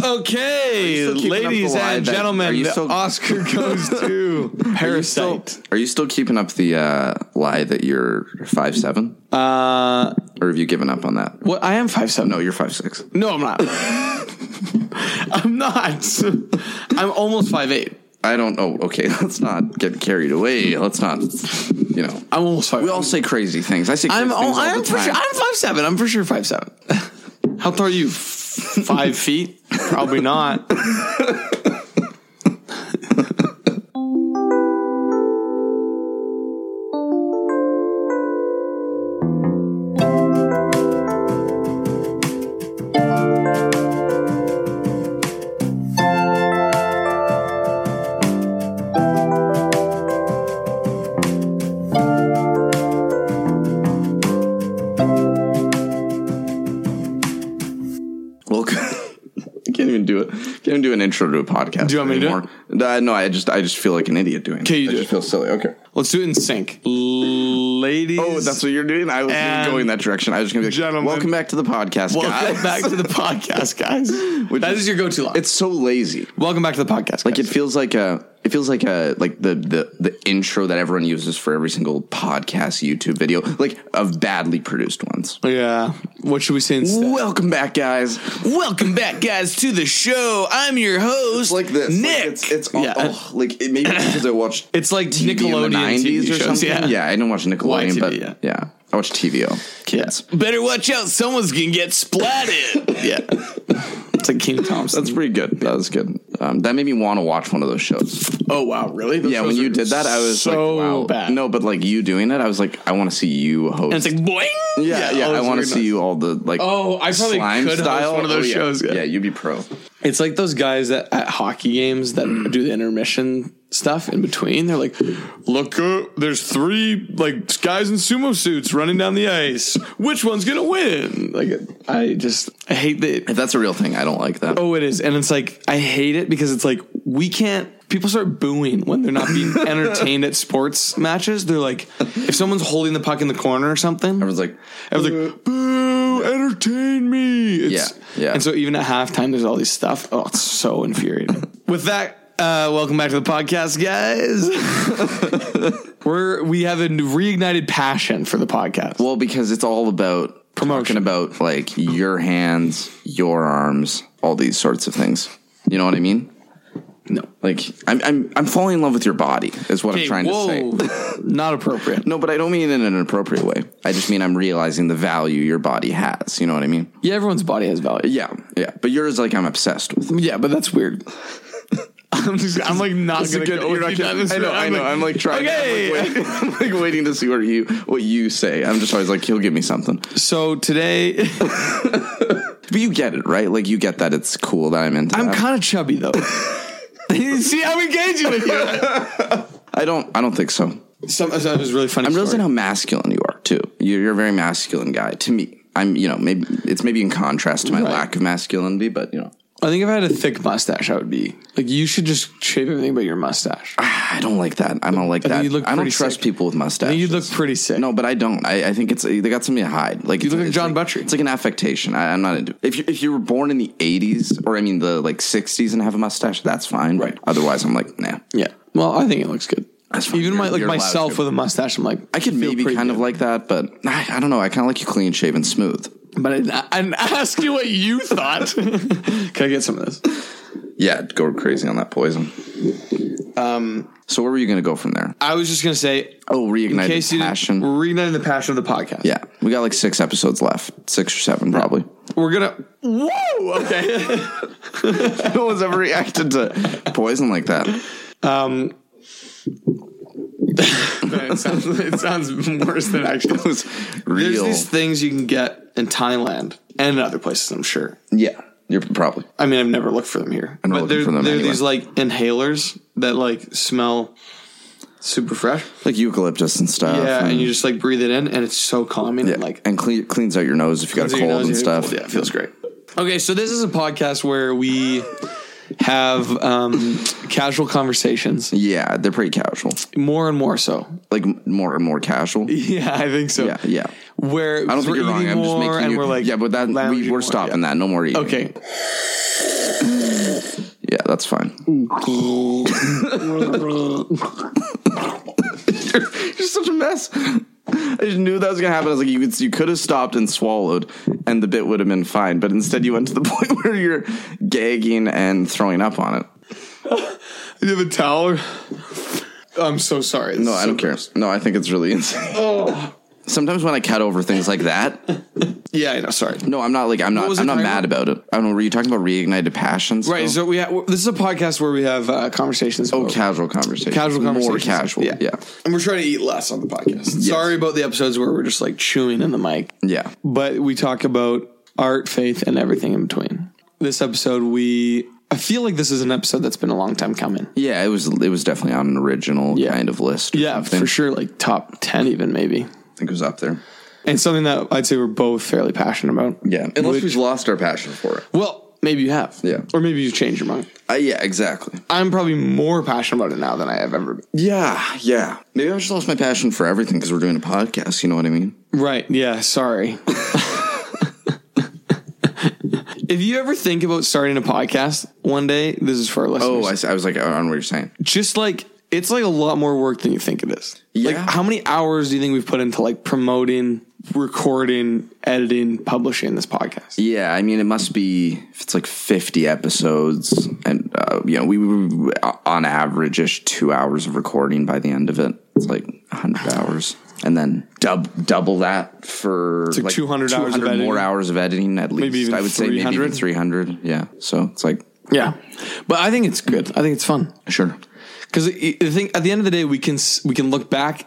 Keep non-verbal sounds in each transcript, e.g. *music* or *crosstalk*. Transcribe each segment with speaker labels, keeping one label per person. Speaker 1: Okay,
Speaker 2: still keeping up the
Speaker 1: ladies
Speaker 2: lie
Speaker 1: and
Speaker 2: that- are
Speaker 1: gentlemen,
Speaker 2: you
Speaker 1: the *laughs*
Speaker 2: still- *laughs*
Speaker 1: Oscar goes to Parasite.
Speaker 2: Are you still keeping up the uh, lie that you're five seven,
Speaker 1: Uh,
Speaker 2: or have you given up on that?
Speaker 1: well, I am five seven.
Speaker 2: No, you're five six.
Speaker 1: No, I'm
Speaker 2: *laughs*
Speaker 1: not. I'm not. I'm almost five eight.
Speaker 2: I don't know. Okay, *laughs* let's not get carried away. Let's not, you know.
Speaker 1: I'm almost five.
Speaker 2: We all say crazy things. I say crazy
Speaker 1: I'm
Speaker 2: things
Speaker 1: all,
Speaker 2: all
Speaker 1: I'm
Speaker 2: the
Speaker 1: for
Speaker 2: time.
Speaker 1: sure, I'm five seven. I'm for sure five seven. How tall are you? five feet? Probably not.
Speaker 2: Welcome. *laughs* I can't even do it. Can't even do an intro to a podcast.
Speaker 1: Do you want me to do
Speaker 2: anymore. Uh, no, I just I just feel like an idiot doing.
Speaker 1: Okay, you
Speaker 2: it. I
Speaker 1: do
Speaker 2: just
Speaker 1: it.
Speaker 2: feel silly. Okay.
Speaker 1: Let's do it in sync, ladies.
Speaker 2: Oh, that's what you're doing. I was
Speaker 1: And-
Speaker 2: going that direction. I was just gonna be like,
Speaker 1: Gentlemen.
Speaker 2: welcome back to the podcast,
Speaker 1: Welcome
Speaker 2: guys.
Speaker 1: back to the podcast, guys.
Speaker 2: *laughs* Which
Speaker 1: that
Speaker 2: is-
Speaker 1: is your go-to line.
Speaker 2: It's so lazy.
Speaker 1: welcome back to the podcast.
Speaker 2: Like it feels like a. It feels like a like the, the the intro that everyone uses for every single podcast, YouTube video, like of badly produced ones.
Speaker 1: yeah. What should we say instead?
Speaker 2: Welcome back, guys.
Speaker 1: Welcome back, guys, to the show. I'm your host,
Speaker 2: It's like this. Like,
Speaker 1: Nick.
Speaker 2: it's it's all,
Speaker 1: yeah.
Speaker 2: oh, like it, maybe it's because
Speaker 1: *clears throat*
Speaker 2: I watched
Speaker 1: It's like
Speaker 2: in the
Speaker 1: Nickelodeon TV
Speaker 2: nineties or
Speaker 1: shows,
Speaker 2: something.
Speaker 1: yeah.
Speaker 2: I didn't watch Nickelodeon,
Speaker 1: YTV,
Speaker 2: but
Speaker 1: yeah.
Speaker 2: yeah. I watched TVO. Kids.
Speaker 1: Better watch out. Someone's gonna get
Speaker 2: *laughs*
Speaker 1: splatted. yeah. It's like King Thompson.
Speaker 2: That's pretty good. That was good. Um, that made me want to watch one of those shows.
Speaker 1: oh wow, really?
Speaker 2: yeah, when you did that, I was
Speaker 1: so
Speaker 2: like, wow.
Speaker 1: bad.
Speaker 2: No, but like you doing it, I was like, I want to see you host.
Speaker 1: and it's like boing.
Speaker 2: yeah, yeah,
Speaker 1: oh,
Speaker 2: I
Speaker 1: it's
Speaker 2: want to
Speaker 1: weird.
Speaker 2: see you all the like.
Speaker 1: Oh, I probably
Speaker 2: slime
Speaker 1: could host
Speaker 2: style.
Speaker 1: one of those
Speaker 2: Oh, yeah.
Speaker 1: shows, yeah.
Speaker 2: Yeah. you'd be pro.
Speaker 1: It's like those guys that at hockey games that do the intermission stuff in between. They're like, look, uh, there's three like guys in sumo suits running down the ice. Which one's gonna win? Like, I just I hate that.
Speaker 2: If that's a real thing, I don't like that.
Speaker 1: Oh, it is, and it's like I hate it because it's like we can't. People start booing when they're not being entertained at sports matches. They're like, if someone's holding the puck in the corner or something,
Speaker 2: Everyone's like,
Speaker 1: I was like, boo, entertain me. It's,
Speaker 2: Yeah, yeah.
Speaker 1: And so even at halftime, there's all these stuff. Oh, it's so infuriating. *laughs* With that, uh, welcome back to the podcast, guys. *laughs* We're we have a reignited passion for the podcast.
Speaker 2: Well, because it's all about
Speaker 1: Promotion.
Speaker 2: talking about like your hands, your arms, all these sorts of things. You know what I mean?
Speaker 1: No.
Speaker 2: Like I'm I'm I'm falling in love with your body is what I'm trying to say.
Speaker 1: *laughs* not appropriate.
Speaker 2: No, but I don't mean it in an appropriate way. I just mean I'm realizing the value your body has. You know what I mean?
Speaker 1: Yeah, everyone's body has value.
Speaker 2: Yeah, yeah. But yours, like, I'm obsessed with.
Speaker 1: Yeah, but that's weird. *laughs* I'm, just, I'm like not
Speaker 2: This is
Speaker 1: gonna
Speaker 2: good.
Speaker 1: go
Speaker 2: You're
Speaker 1: with
Speaker 2: not
Speaker 1: you
Speaker 2: gonna-
Speaker 1: down this
Speaker 2: I know,
Speaker 1: road.
Speaker 2: I know. I'm like trying.
Speaker 1: Okay.
Speaker 2: I'm, like, waiting, *laughs* I'm like waiting to see what you what you say. I'm just always like, he'll give me something.
Speaker 1: So *laughs* today,
Speaker 2: But you get it, right? Like, you get that it's cool that I'm into.
Speaker 1: I'm
Speaker 2: that.
Speaker 1: kind of chubby though. *laughs* See, I'm engaging with you.
Speaker 2: I don't. I don't think so.
Speaker 1: Some, so it was really funny.
Speaker 2: I'm realizing
Speaker 1: story.
Speaker 2: how masculine you are too. You're, you're a very masculine guy to me. I'm, you know, maybe it's maybe in contrast to my
Speaker 1: Right.
Speaker 2: lack of masculinity, but you know, *sighs*
Speaker 1: I think if I had a thick mustache, I would be like, you should just shave everything but your mustache. I
Speaker 2: I don't like that. I don't like that.
Speaker 1: you look
Speaker 2: I don't
Speaker 1: pretty
Speaker 2: trust
Speaker 1: sick.
Speaker 2: people with mustaches.
Speaker 1: think you'd look pretty sick.
Speaker 2: no, but I don't. I, I think it's uh, they got something to hide. Like you
Speaker 1: look like John Butcher.
Speaker 2: It's like an affectation. I, I'm not into. If you if you were born in the '80s or I mean the like '60s and have a mustache, that's fine.
Speaker 1: Right.
Speaker 2: Otherwise, I'm like, nah.
Speaker 1: Yeah. Well, I think it looks good.
Speaker 2: That's fine.
Speaker 1: Even
Speaker 2: You're-
Speaker 1: my like
Speaker 2: you're allowed
Speaker 1: myself
Speaker 2: to.
Speaker 1: with a mustache, I'm like,
Speaker 2: I could
Speaker 1: feel
Speaker 2: maybe
Speaker 1: pretty
Speaker 2: kind
Speaker 1: good.
Speaker 2: of like that, but I, I don't know. I kind of like you clean shaven, smooth.
Speaker 1: But I didn't, I didn't ask you what you *laughs* thought. Can I get some of this?
Speaker 2: Yeah, go crazy on that poison.
Speaker 1: Um,
Speaker 2: So where were you going to go from there?
Speaker 1: I was just gonna say,
Speaker 2: Oh,
Speaker 1: in case
Speaker 2: reignited
Speaker 1: you
Speaker 2: passion.
Speaker 1: we're reigniting the passion of the podcast.
Speaker 2: Yeah, we got like six episodes left, six or seven probably.
Speaker 1: We're gonna. Whoa. Okay.
Speaker 2: *laughs* no one's ever reacted to poison like that.
Speaker 1: *laughs* um. *laughs* it, sounds, it sounds worse than *laughs* actually.
Speaker 2: *laughs* It was
Speaker 1: There's
Speaker 2: real.
Speaker 1: these things you can get in Thailand and in other places, I'm sure.
Speaker 2: yeah, you're probably.
Speaker 1: I mean, I've never looked for them here.
Speaker 2: not
Speaker 1: but
Speaker 2: looking
Speaker 1: there,
Speaker 2: for them
Speaker 1: there are
Speaker 2: anyway.
Speaker 1: these like inhalers that like smell super fresh.
Speaker 2: Like eucalyptus and stuff.
Speaker 1: yeah, and you just like breathe it in and it's so calming
Speaker 2: yeah,
Speaker 1: and like
Speaker 2: and clean, cleans out your nose if you got a
Speaker 1: So your
Speaker 2: cold
Speaker 1: nose
Speaker 2: and
Speaker 1: is
Speaker 2: stuff.
Speaker 1: cold. Yeah, it feels great. Okay, so this is a podcast where we have um, casual conversations
Speaker 2: Yeah, they're pretty casual.
Speaker 1: more and more so. *laughs*
Speaker 2: Like m- more and more casual.
Speaker 1: Yeah, I think so.
Speaker 2: Yeah, yeah.
Speaker 1: Where
Speaker 2: I don't think
Speaker 1: we're
Speaker 2: you're wrong.
Speaker 1: eating
Speaker 2: I'm just
Speaker 1: more
Speaker 2: making
Speaker 1: and
Speaker 2: you.
Speaker 1: we're like
Speaker 2: yeah, but that we,
Speaker 1: lounging *laughs*
Speaker 2: we're *laughs*
Speaker 1: more.
Speaker 2: stopping that. No more eating.
Speaker 1: Okay.
Speaker 2: Yeah, that's fine. you're, *laughs* you're such a mess. *laughs* I just knew that was gonna happen. I was like, you could you could have stopped and swallowed, and the bit would have been fine. But instead, you went to the *laughs* point where you're gagging and throwing up on it.
Speaker 1: You have a towel? I'm so sorry.
Speaker 2: No, I don't care. No, I think it's really insane. Oh. *laughs* Sometimes when I cut over things like that,
Speaker 1: Yeah, I know. Sorry.
Speaker 2: no, I'm not like I'm not
Speaker 1: was
Speaker 2: I'm
Speaker 1: the
Speaker 2: not
Speaker 1: title?
Speaker 2: mad about it. I don't know. Were you talking about reignited passions?
Speaker 1: Right.
Speaker 2: still?
Speaker 1: So we have, this is a podcast where we have uh, conversations.
Speaker 2: oh,
Speaker 1: about-
Speaker 2: casual conversation.
Speaker 1: Casual
Speaker 2: More
Speaker 1: conversations.
Speaker 2: casual. Yeah. yeah.
Speaker 1: And we're trying to eat less on the podcast. Sorry about the episodes where we're just like chewing in the mic. But we talk about art, faith, and everything in between. This episode, we. I feel like this is an episode that's been a long time coming.
Speaker 2: Yeah, it was it was definitely on an original
Speaker 1: Yeah.
Speaker 2: kind of list. or
Speaker 1: Yeah,
Speaker 2: something.
Speaker 1: for sure. Like top 10, even maybe.
Speaker 2: I think it was up there.
Speaker 1: And something that I'd say we're both fairly passionate about.
Speaker 2: Yeah, unless
Speaker 1: Which-
Speaker 2: we've lost our passion for it.
Speaker 1: Well, maybe you have.
Speaker 2: Yeah.
Speaker 1: Or maybe you've changed your mind.
Speaker 2: Uh, yeah, exactly.
Speaker 1: I'm probably more passionate about it now than I have ever been.
Speaker 2: Yeah, yeah. Maybe I just lost my passion for everything because we're doing a podcast. You know what I mean?
Speaker 1: Right. Yeah. *laughs* Sorry. if you ever think about starting a podcast one day, this is for our listeners.
Speaker 2: Oh, I, s- I was like, I don't know what you're saying.
Speaker 1: Just like it's like a lot more work than you think it is. Like
Speaker 2: Yeah.
Speaker 1: how many hours do you think we've put into like promoting, recording, editing, publishing this podcast?
Speaker 2: Yeah, I mean, it must be if it's like 50 episodes, and uh, you know, we were on average ish two hours of recording by the end of it. It's like 100 hours, and then dub double that for
Speaker 1: like 200 hours of editing.
Speaker 2: more hours of editing at least.
Speaker 1: even
Speaker 2: I would say maybe even
Speaker 1: 300.
Speaker 2: 300. Yeah, so it's like *laughs*
Speaker 1: Yeah. But I think it's good. I think it's fun.
Speaker 2: sure,
Speaker 1: Cuz I I think at the end of the day we can s- we can look back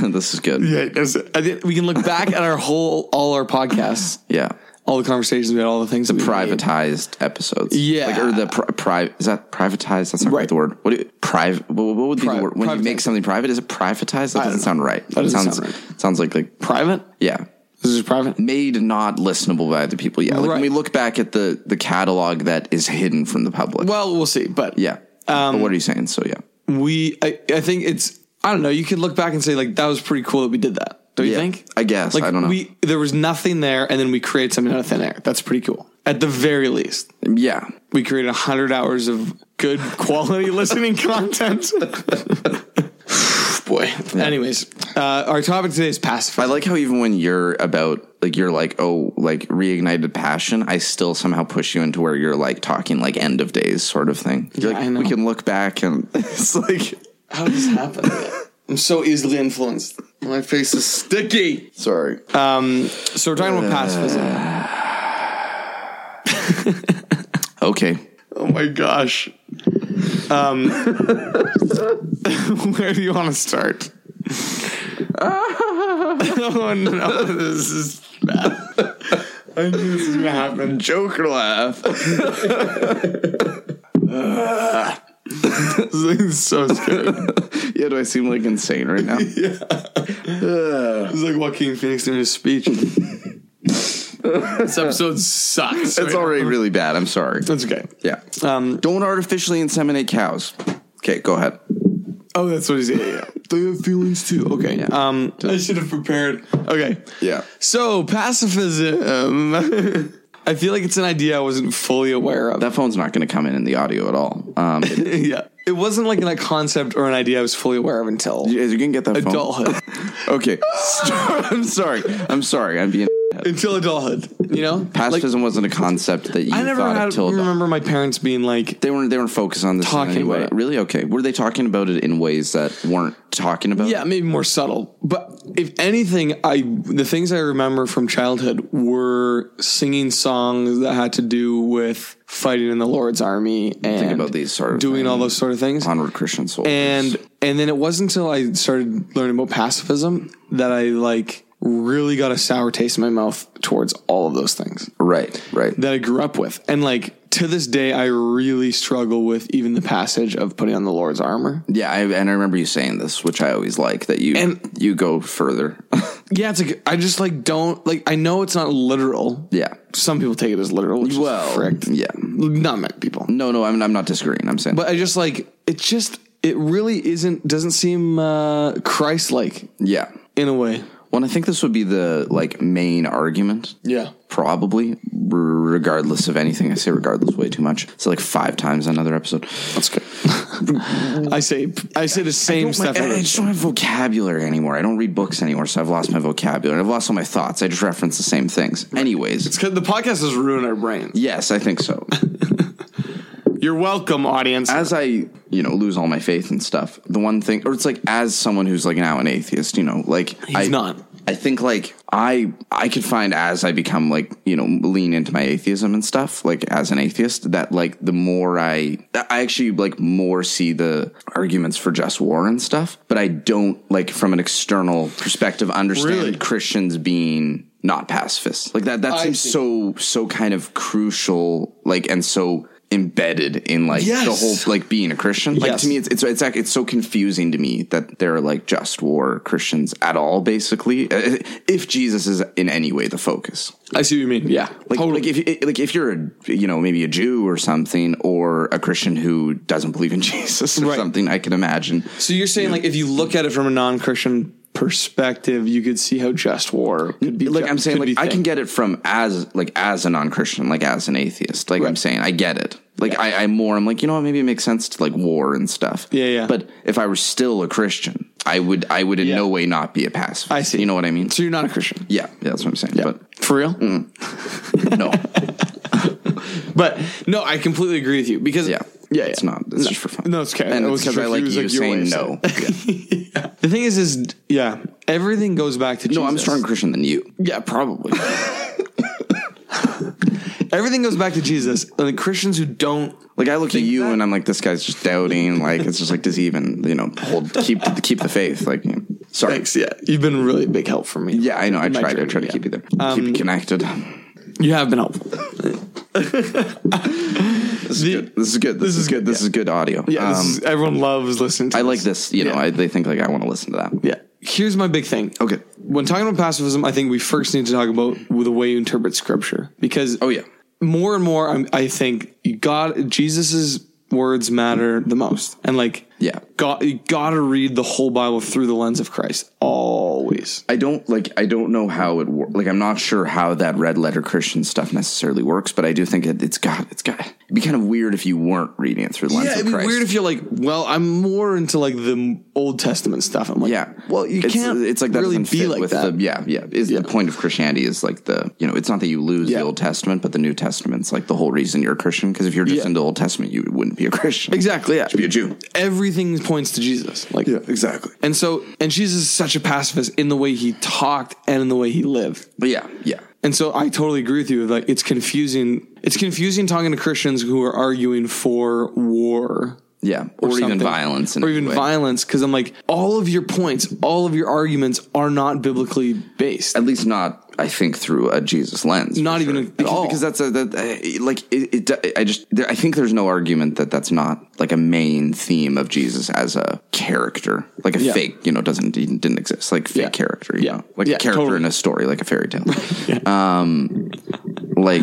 Speaker 2: this is
Speaker 1: *laughs*
Speaker 2: good.
Speaker 1: Yeah, *laughs* we can look back at our whole all our podcasts,
Speaker 2: yeah.
Speaker 1: all the conversations we had, all the things the
Speaker 2: privatized episodes.
Speaker 1: Yeah.
Speaker 2: like, or the pri- pri- is that privatized? That's not right.
Speaker 1: Right.
Speaker 2: the word. What do you, private? What, what would be
Speaker 1: Pri-
Speaker 2: the word when you make
Speaker 1: privatized.
Speaker 2: something private? Is it privatized? That
Speaker 1: don't
Speaker 2: doesn't
Speaker 1: know.
Speaker 2: sound right.
Speaker 1: That doesn't
Speaker 2: sounds
Speaker 1: sound
Speaker 2: sounds like like
Speaker 1: private.
Speaker 2: yeah.
Speaker 1: This is private.
Speaker 2: Made not listenable by other people. Yeah, like when
Speaker 1: Right.
Speaker 2: we look back at the the catalog that is hidden from the public.
Speaker 1: Well, um, we'll see. But
Speaker 2: yeah, but what are you saying? So yeah,
Speaker 1: we. I, I think it's. I don't know. You could look back and say like that was pretty cool that we did that. Don't you
Speaker 2: Yeah,
Speaker 1: think?
Speaker 2: I guess.
Speaker 1: Like
Speaker 2: I don't know.
Speaker 1: we there was nothing there, and then we create something out of thin air. That's pretty cool. At the very least,
Speaker 2: yeah,
Speaker 1: we created hundred hours of good *laughs* quality listening *laughs* content. Boy. Anyways, uh, our topic today is
Speaker 2: I
Speaker 1: pacifism.
Speaker 2: like how even when you're about like you're like oh like reignited passion, I still somehow push you into where you're like talking like end of days sort of thing. You're
Speaker 1: Yeah,
Speaker 2: like,
Speaker 1: I know.
Speaker 2: We can look back and *laughs* it's like
Speaker 1: How did this happen? I'm so easily influenced. My face is sticky.
Speaker 2: sorry. Uh,
Speaker 1: So we're talking about pacifism.
Speaker 2: okay,
Speaker 1: Oh my gosh. Um, *laughs* where do you want to start? *laughs* oh no, this is bad. I knew this was gonna happen.
Speaker 2: Joker laugh.
Speaker 1: This thing's so scary.
Speaker 2: *laughs* yeah, do I seem like insane right now?
Speaker 1: It's like Joaquin Phoenix doing his *laughs* speech. this episode sucks.
Speaker 2: It's already really bad. I'm sorry.
Speaker 1: That's okay.
Speaker 2: Yeah,
Speaker 1: Um,
Speaker 2: don't artificially inseminate cows. Okay, go ahead.
Speaker 1: oh, that's what he's. Yeah, yeah. They have feelings too. Okay.
Speaker 2: Yeah.
Speaker 1: Um, I should have prepared. Okay.
Speaker 2: Yeah,
Speaker 1: So pacifism. *laughs* I feel like it's an idea I wasn't fully aware of.
Speaker 2: that phone's not going to come in in the audio at all. Um, *laughs* is
Speaker 1: *laughs* yeah, it wasn't like a concept or an idea I was fully aware of until
Speaker 2: you going to get that phone?
Speaker 1: *laughs* adulthood.
Speaker 2: Okay, *laughs* I'm sorry. I'm sorry. I'm being.
Speaker 1: until adulthood, you know. Like,
Speaker 2: Pacifism wasn't a concept that you
Speaker 1: I never
Speaker 2: thought of
Speaker 1: had,
Speaker 2: till about.
Speaker 1: remember my parents being like,
Speaker 2: They weren't. They weren't focused on this
Speaker 1: Talking
Speaker 2: in any
Speaker 1: about
Speaker 2: way.
Speaker 1: it.
Speaker 2: Really? Okay. Were they talking about it in ways that weren't talking about?
Speaker 1: yeah, maybe more subtle. But if anything, I the things I remember from childhood were singing songs that had to do with fighting in the Lord's army and
Speaker 2: about these sort of
Speaker 1: doing all
Speaker 2: things.
Speaker 1: those sort of things.
Speaker 2: it? Onward Christian soldiers.
Speaker 1: and and then it wasn't until I started learning about pacifism that I like really got a sour taste in my mouth towards all of those things
Speaker 2: right, right.
Speaker 1: that I grew up with, and like to this day, I really struggle with even the passage of putting on the Lord's armor.
Speaker 2: yeah, I, and I remember you saying this, which I always like that you
Speaker 1: And-
Speaker 2: you go further. *laughs*
Speaker 1: Yeah, it's like I just like don't like I know it's not literal.
Speaker 2: yeah.
Speaker 1: Some people take it as literal, which
Speaker 2: Well,
Speaker 1: is fricked.
Speaker 2: yeah.
Speaker 1: Not many people,
Speaker 2: No, no. I'm I'm not disagreeing. I'm saying.
Speaker 1: but I just like it. Just it really isn't doesn't seem uh, Christ like
Speaker 2: yeah.
Speaker 1: in a way.
Speaker 2: Well, and I think this would be the like main argument
Speaker 1: Yeah.
Speaker 2: probably, regardless of anything. I say regardless way too much. So like five times another episode.
Speaker 1: That's good. *laughs* I say I say the same
Speaker 2: don't
Speaker 1: stuff.
Speaker 2: like-
Speaker 1: every-
Speaker 2: I just don't have vocabulary anymore. I don't read books anymore, so I've lost my vocabulary. I've lost all my thoughts. I just reference the same things. Anyways,
Speaker 1: It's *laughs* 'cause the podcast has ruined our brains.
Speaker 2: yes, I
Speaker 1: *laughs*
Speaker 2: think so.
Speaker 1: You're welcome, audience.
Speaker 2: As I, you know, lose all my faith and stuff, the one thing, or it's like as someone who's like now an atheist, you know, like
Speaker 1: He's
Speaker 2: I,
Speaker 1: not.
Speaker 2: I think like I I could find as I become like you know lean into my atheism and stuff like as an atheist that like the more I I actually like more see the arguments for just war and stuff but I don't like from an external perspective understand
Speaker 1: Really?
Speaker 2: Christians being not pacifists like that that
Speaker 1: I
Speaker 2: seems
Speaker 1: see.
Speaker 2: so so kind of crucial like and so embedded in like the
Speaker 1: Yes.
Speaker 2: whole like being a Christian like
Speaker 1: Yes.
Speaker 2: to me it's it's it's, ac- it's so confusing to me that there are like just war Christians at all, basically. Uh, If Jesus is in any way the focus,
Speaker 1: I see what you mean. Yeah,
Speaker 2: like
Speaker 1: totally.
Speaker 2: like if like if you're a you know maybe a Jew or something or a Christian who doesn't believe in *laughs* Jesus or
Speaker 1: Right.
Speaker 2: something, I can imagine.
Speaker 1: so you're saying like if you look at it from a non-Christian perspective, you could see how just war could be.
Speaker 2: Like I'm saying,
Speaker 1: could
Speaker 2: like
Speaker 1: be
Speaker 2: I
Speaker 1: thing.
Speaker 2: can get it from as like as a non-Christian, like as an atheist. Like I'm
Speaker 1: Right.
Speaker 2: saying, I get it. Like I, I more, I'm like you know what, maybe it makes sense to like war and stuff.
Speaker 1: Yeah, yeah.
Speaker 2: But if I were still a Christian, I would I would in
Speaker 1: Yeah.
Speaker 2: no way not be a pacifist.
Speaker 1: I see.
Speaker 2: You know what I mean?
Speaker 1: So you're not a Christian.
Speaker 2: Yeah, yeah, that's what I'm saying.
Speaker 1: For real?
Speaker 2: Mm. But
Speaker 1: *laughs*
Speaker 2: no,
Speaker 1: But no, I completely agree with you because
Speaker 2: yeah,
Speaker 1: yeah,
Speaker 2: it's
Speaker 1: yeah.
Speaker 2: not. It's
Speaker 1: No.
Speaker 2: just for fun.
Speaker 1: No, it's okay.
Speaker 2: And
Speaker 1: I
Speaker 2: it's
Speaker 1: was
Speaker 2: because I like
Speaker 1: confused,
Speaker 2: you
Speaker 1: your way
Speaker 2: saying
Speaker 1: of *laughs*
Speaker 2: no.
Speaker 1: it. The thing is, is yeah, everything goes back to
Speaker 2: No, I'm a stronger Christian than you.
Speaker 1: Yeah, probably. everything goes back to Jesus and the Christians who don't.
Speaker 2: Like I look at you
Speaker 1: that-
Speaker 2: and I'm like, this guy's just doubting. Like it's just like, does he even you know hold keep keep the faith? Like, you know. sorry.
Speaker 1: Yeah, you've been really a big help for me.
Speaker 2: Yeah, I know. I
Speaker 1: My
Speaker 2: tried. I
Speaker 1: journey,
Speaker 2: tried to
Speaker 1: yeah. Um,
Speaker 2: keep you there. keep you connected.
Speaker 1: You have been helpful.
Speaker 2: This is good. This is good. This, is good. This is good audio.
Speaker 1: Yeah, this
Speaker 2: Um,
Speaker 1: is, everyone loves listening. to
Speaker 2: I
Speaker 1: this.
Speaker 2: like this. You know,
Speaker 1: Yeah.
Speaker 2: I, they think like I want to listen to that.
Speaker 1: Yeah. Here's my big thing.
Speaker 2: Okay.
Speaker 1: When talking about pacifism, I think we first need to talk about the way you interpret scripture because
Speaker 2: Oh yeah.
Speaker 1: more and more I'm, i think god jesus's words matter the most and like
Speaker 2: Yeah.
Speaker 1: god, you gotta read the whole bible through the lens of christ always
Speaker 2: I don't like. I don't know how it works. Like, I'm not sure how that red letter Christian stuff necessarily works, but I do think it, it's got. It's got. It'd be kind of weird if you weren't reading it through the lens
Speaker 1: yeah
Speaker 2: of
Speaker 1: it'd be
Speaker 2: Christ.
Speaker 1: weird if you're like well i'm more into like the old testament stuff i'm like
Speaker 2: yeah.
Speaker 1: well you
Speaker 2: it's,
Speaker 1: can't
Speaker 2: It's like that
Speaker 1: really
Speaker 2: doesn't
Speaker 1: be
Speaker 2: fit
Speaker 1: like
Speaker 2: with
Speaker 1: that
Speaker 2: The, yeah, yeah. Is the point of Christianity is like the you know it's not that you lose
Speaker 1: Yeah.
Speaker 2: the Old Testament, but the New Testament's like the whole reason you're a Christian. Because if you're just
Speaker 1: Yeah.
Speaker 2: into Old Testament, you wouldn't be a *laughs* Christian.
Speaker 1: exactly yeah
Speaker 2: You'd be a Jew.
Speaker 1: everything points to jesus like
Speaker 2: exactly.
Speaker 1: and so and jesus is such a pacifist in the way he talked and in the way he lived
Speaker 2: But yeah, yeah.
Speaker 1: And so I totally agree with you. Like it's confusing. It's confusing talking to Christians who are arguing for war.
Speaker 2: Yeah, or, even
Speaker 1: something.
Speaker 2: violence, in
Speaker 1: or
Speaker 2: any
Speaker 1: even
Speaker 2: way.
Speaker 1: violence, because I'm like, all of your points, all of your arguments are not biblically based.
Speaker 2: At least not, I think, through a Jesus lens. for
Speaker 1: Not even
Speaker 2: sure.
Speaker 1: at
Speaker 2: because,
Speaker 1: all.
Speaker 2: because that's a that uh, like it. it I just there, I think there's no argument that that's not like a main theme of Jesus as a character, like a
Speaker 1: Yeah.
Speaker 2: fake, you know, doesn't didn't didn't exist, like fake
Speaker 1: Yeah.
Speaker 2: character, you
Speaker 1: Yeah.
Speaker 2: know, like
Speaker 1: Yeah,
Speaker 2: a character
Speaker 1: totally.
Speaker 2: in a story, like a fairy tale.
Speaker 1: *laughs*
Speaker 2: Um, like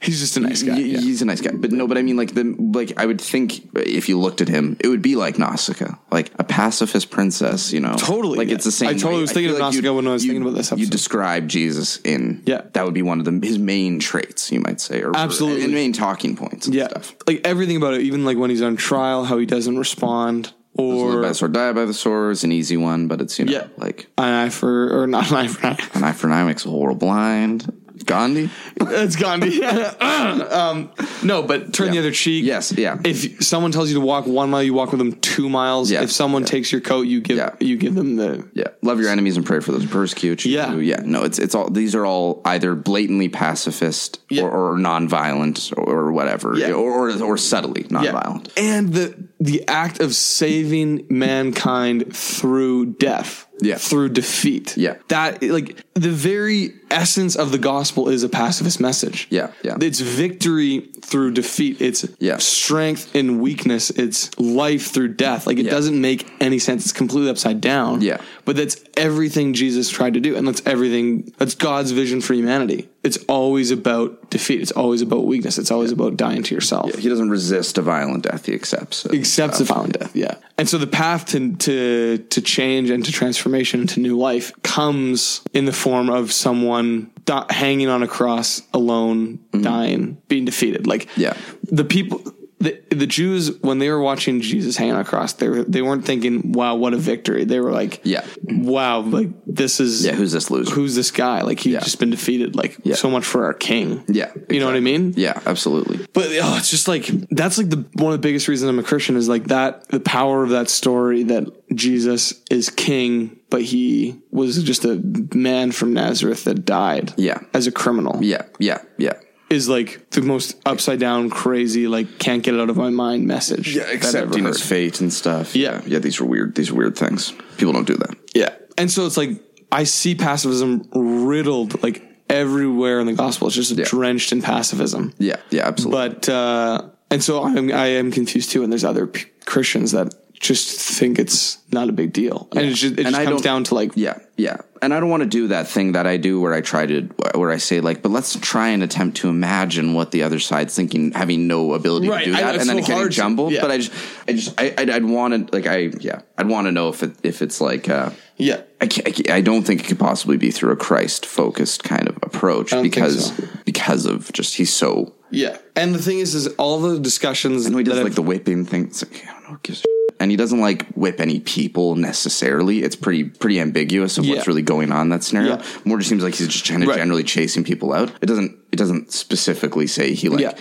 Speaker 1: He's just a nice guy.
Speaker 2: y-
Speaker 1: yeah.
Speaker 2: he's a nice guy, but no, but I mean, like the like I would think if you looked at him, it would be like Nausicaa, like a pacifist princess, you know,
Speaker 1: Totally,
Speaker 2: Like
Speaker 1: yeah.
Speaker 2: it's the same.
Speaker 1: I totally
Speaker 2: way.
Speaker 1: was thinking
Speaker 2: feel
Speaker 1: of Nausicaa
Speaker 2: you'd-
Speaker 1: when I was
Speaker 2: you'd-
Speaker 1: thinking about this
Speaker 2: You
Speaker 1: episode.
Speaker 2: describe Jesus in
Speaker 1: Yeah.
Speaker 2: that would be one of the his main traits, you might say, or
Speaker 1: Absolutely.
Speaker 2: and main talking points. And
Speaker 1: Yeah.
Speaker 2: stuff.
Speaker 1: Like everything about it, even like when he's on trial, how he doesn't respond,
Speaker 2: Live by
Speaker 1: or
Speaker 2: the
Speaker 1: an
Speaker 2: sword, die by the sword is an easy one, but it's you know
Speaker 1: Yeah.
Speaker 2: like
Speaker 1: eye for, or not an eye for an eye.
Speaker 2: an eye for an eye makes the whole world blind. Gandhi,
Speaker 1: It's
Speaker 2: *laughs*
Speaker 1: Gandhi. um, no, but turn the other cheek.
Speaker 2: Yes, yeah.
Speaker 1: If someone tells you to walk one mile, you walk with them two miles.
Speaker 2: Yeah,
Speaker 1: If someone takes your coat, you give
Speaker 2: Yeah.
Speaker 1: you give them the.
Speaker 2: Yeah, love your enemies and pray for those who persecute you.
Speaker 1: Yeah.
Speaker 2: yeah. No, it's it's all these are all either blatantly pacifist
Speaker 1: Yeah.
Speaker 2: or, or nonviolent or whatever,
Speaker 1: Yeah.
Speaker 2: or, or or subtly nonviolent.
Speaker 1: And the the act of saving mankind through death.
Speaker 2: Yeah.
Speaker 1: Through defeat.
Speaker 2: Yeah.
Speaker 1: That like the very essence of the gospel is a pacifist message.
Speaker 2: Yeah, yeah.
Speaker 1: It's victory through defeat. It's
Speaker 2: Yeah.
Speaker 1: strength in weakness. It's life through death. Like it
Speaker 2: Yeah.
Speaker 1: doesn't make any sense. It's completely upside down.
Speaker 2: Yeah.
Speaker 1: But that's everything Jesus tried to do. And that's everything, that's God's vision for humanity. It's always about defeat. It's always about weakness. It's always about dying to yourself.
Speaker 2: He doesn't resist a violent death; he accepts. It.
Speaker 1: Except the violent death, yeah. And so the path to, to to change and to transformation and to new life comes in the form of someone on di- hanging on a cross alone, dying, being defeated. Like
Speaker 2: Mm-hmm. Yeah.
Speaker 1: the people. The, the Jews, when they were watching Jesus hanging on a cross, they were they weren't thinking, "Wow, what a victory!" They were like,
Speaker 2: Yeah.
Speaker 1: wow, like this is
Speaker 2: Yeah, who's this loser?
Speaker 1: who's this guy? Like he's
Speaker 2: Yeah.
Speaker 1: just been defeated. Like
Speaker 2: Yeah.
Speaker 1: so much for our king.
Speaker 2: Yeah,
Speaker 1: you know what I mean.
Speaker 2: yeah, absolutely.
Speaker 1: But oh, it's just like that's like the one of the biggest reasons I'm a Christian is like that the power of that story that Jesus is king, but he was just a man from Nazareth that died.
Speaker 2: Yeah.
Speaker 1: As a criminal.
Speaker 2: Yeah, yeah, yeah.
Speaker 1: Is like the most upside down, crazy, like can't get it out of my mind message. that I've ever heard.
Speaker 2: his fate and stuff.
Speaker 1: Yeah.
Speaker 2: yeah. These are weird. These are weird things. People don't do that.
Speaker 1: Yeah. And so it's like I see pacifism riddled like everywhere in the gospel. It's just drenched in pacifism.
Speaker 2: Yeah, yeah, absolutely.
Speaker 1: But uh and so I'm I am confused too and there's other p- Christians that just think it's not a big deal. And it just it just
Speaker 2: I
Speaker 1: comes
Speaker 2: don't-
Speaker 1: down to like
Speaker 2: yeah, yeah. And I don't want to do that thing that I do where I try to where I say like, but let's try and attempt to imagine what the other side's thinking, having no ability
Speaker 1: Right,
Speaker 2: to do
Speaker 1: I know,
Speaker 2: that,
Speaker 1: it's
Speaker 2: and then
Speaker 1: so
Speaker 2: it getting
Speaker 1: hard to-
Speaker 2: jumbled.
Speaker 1: yeah.
Speaker 2: But I just, I just, I, I'd, I'd want to like, I yeah, I'd want to know if it if it's like. uh
Speaker 1: yeah.
Speaker 2: I, can't, I can't- I don't think it could possibly be through a Christ focused kind of approach
Speaker 1: don't think
Speaker 2: because
Speaker 1: so.
Speaker 2: because of just he's so
Speaker 1: Yeah. And the thing is is all the discussions
Speaker 2: and he does
Speaker 1: that
Speaker 2: like
Speaker 1: I've-
Speaker 2: the whipping thing. It's like I don't know, who gives a shit. and he doesn't like whip any people necessarily. It's pretty pretty ambiguous of
Speaker 1: Yeah.
Speaker 2: what's really going on in that scenario.
Speaker 1: Yeah.
Speaker 2: More just seems like he's just trying to
Speaker 1: Right.
Speaker 2: generally chasing people out. It doesn't it doesn't specifically say he like
Speaker 1: Yeah.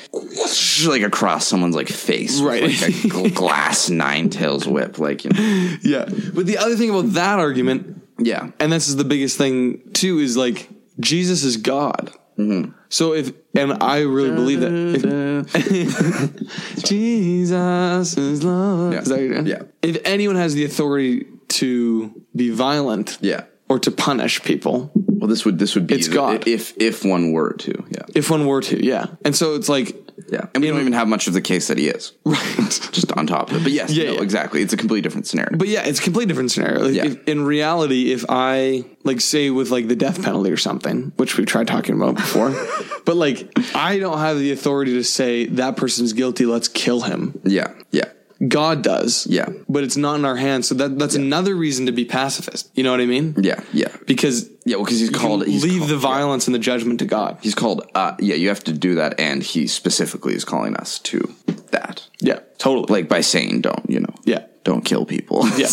Speaker 2: like across someone's like face
Speaker 1: Right.
Speaker 2: with like a
Speaker 1: *laughs*
Speaker 2: gl- glass nine tails whip like you know.
Speaker 1: yeah. But the other thing about that argument
Speaker 2: yeah
Speaker 1: and this is the biggest thing too is like Jesus is God. Mm-hmm. So if and I really believe that *laughs* if, Jesus is love.
Speaker 2: Yeah.
Speaker 1: Is that what you're doing?
Speaker 2: Yeah.
Speaker 1: If anyone has the authority to be violent,
Speaker 2: Yeah.
Speaker 1: or to punish people,
Speaker 2: well this would this would be
Speaker 1: It's
Speaker 2: the-
Speaker 1: God.
Speaker 2: if if one were to yeah
Speaker 1: if one were to, yeah. And so it's like,
Speaker 2: yeah and we don't even have much of the case that he is
Speaker 1: right.
Speaker 2: just on top of it but yes
Speaker 1: Yeah,
Speaker 2: no,
Speaker 1: yeah.
Speaker 2: exactly it's a completely different scenario
Speaker 1: But yeah, it's a completely different scenario. Like
Speaker 2: Yeah.
Speaker 1: if, in reality, if I like say with like the death penalty or something, which we've tried talking about
Speaker 2: *laughs*
Speaker 1: before, but like I don't have the authority to say that person's guilty. Let's kill him.
Speaker 2: yeah yeah
Speaker 1: God does.
Speaker 2: Yeah.
Speaker 1: But it's not in our hands. So that, that's another reason to be pacifist. You know what I mean?
Speaker 2: yeah yeah
Speaker 1: Because
Speaker 2: Yeah, well, because he's
Speaker 1: you
Speaker 2: called. He's
Speaker 1: leave
Speaker 2: called,
Speaker 1: the violence and the judgment to God.
Speaker 2: He's called. Uh, yeah, you have to do that, and he specifically is calling us to that,
Speaker 1: Yeah. Totally.
Speaker 2: like by saying, "Don't you know?
Speaker 1: Yeah.
Speaker 2: don't kill people."
Speaker 1: *laughs*
Speaker 2: *laughs*
Speaker 1: Yeah.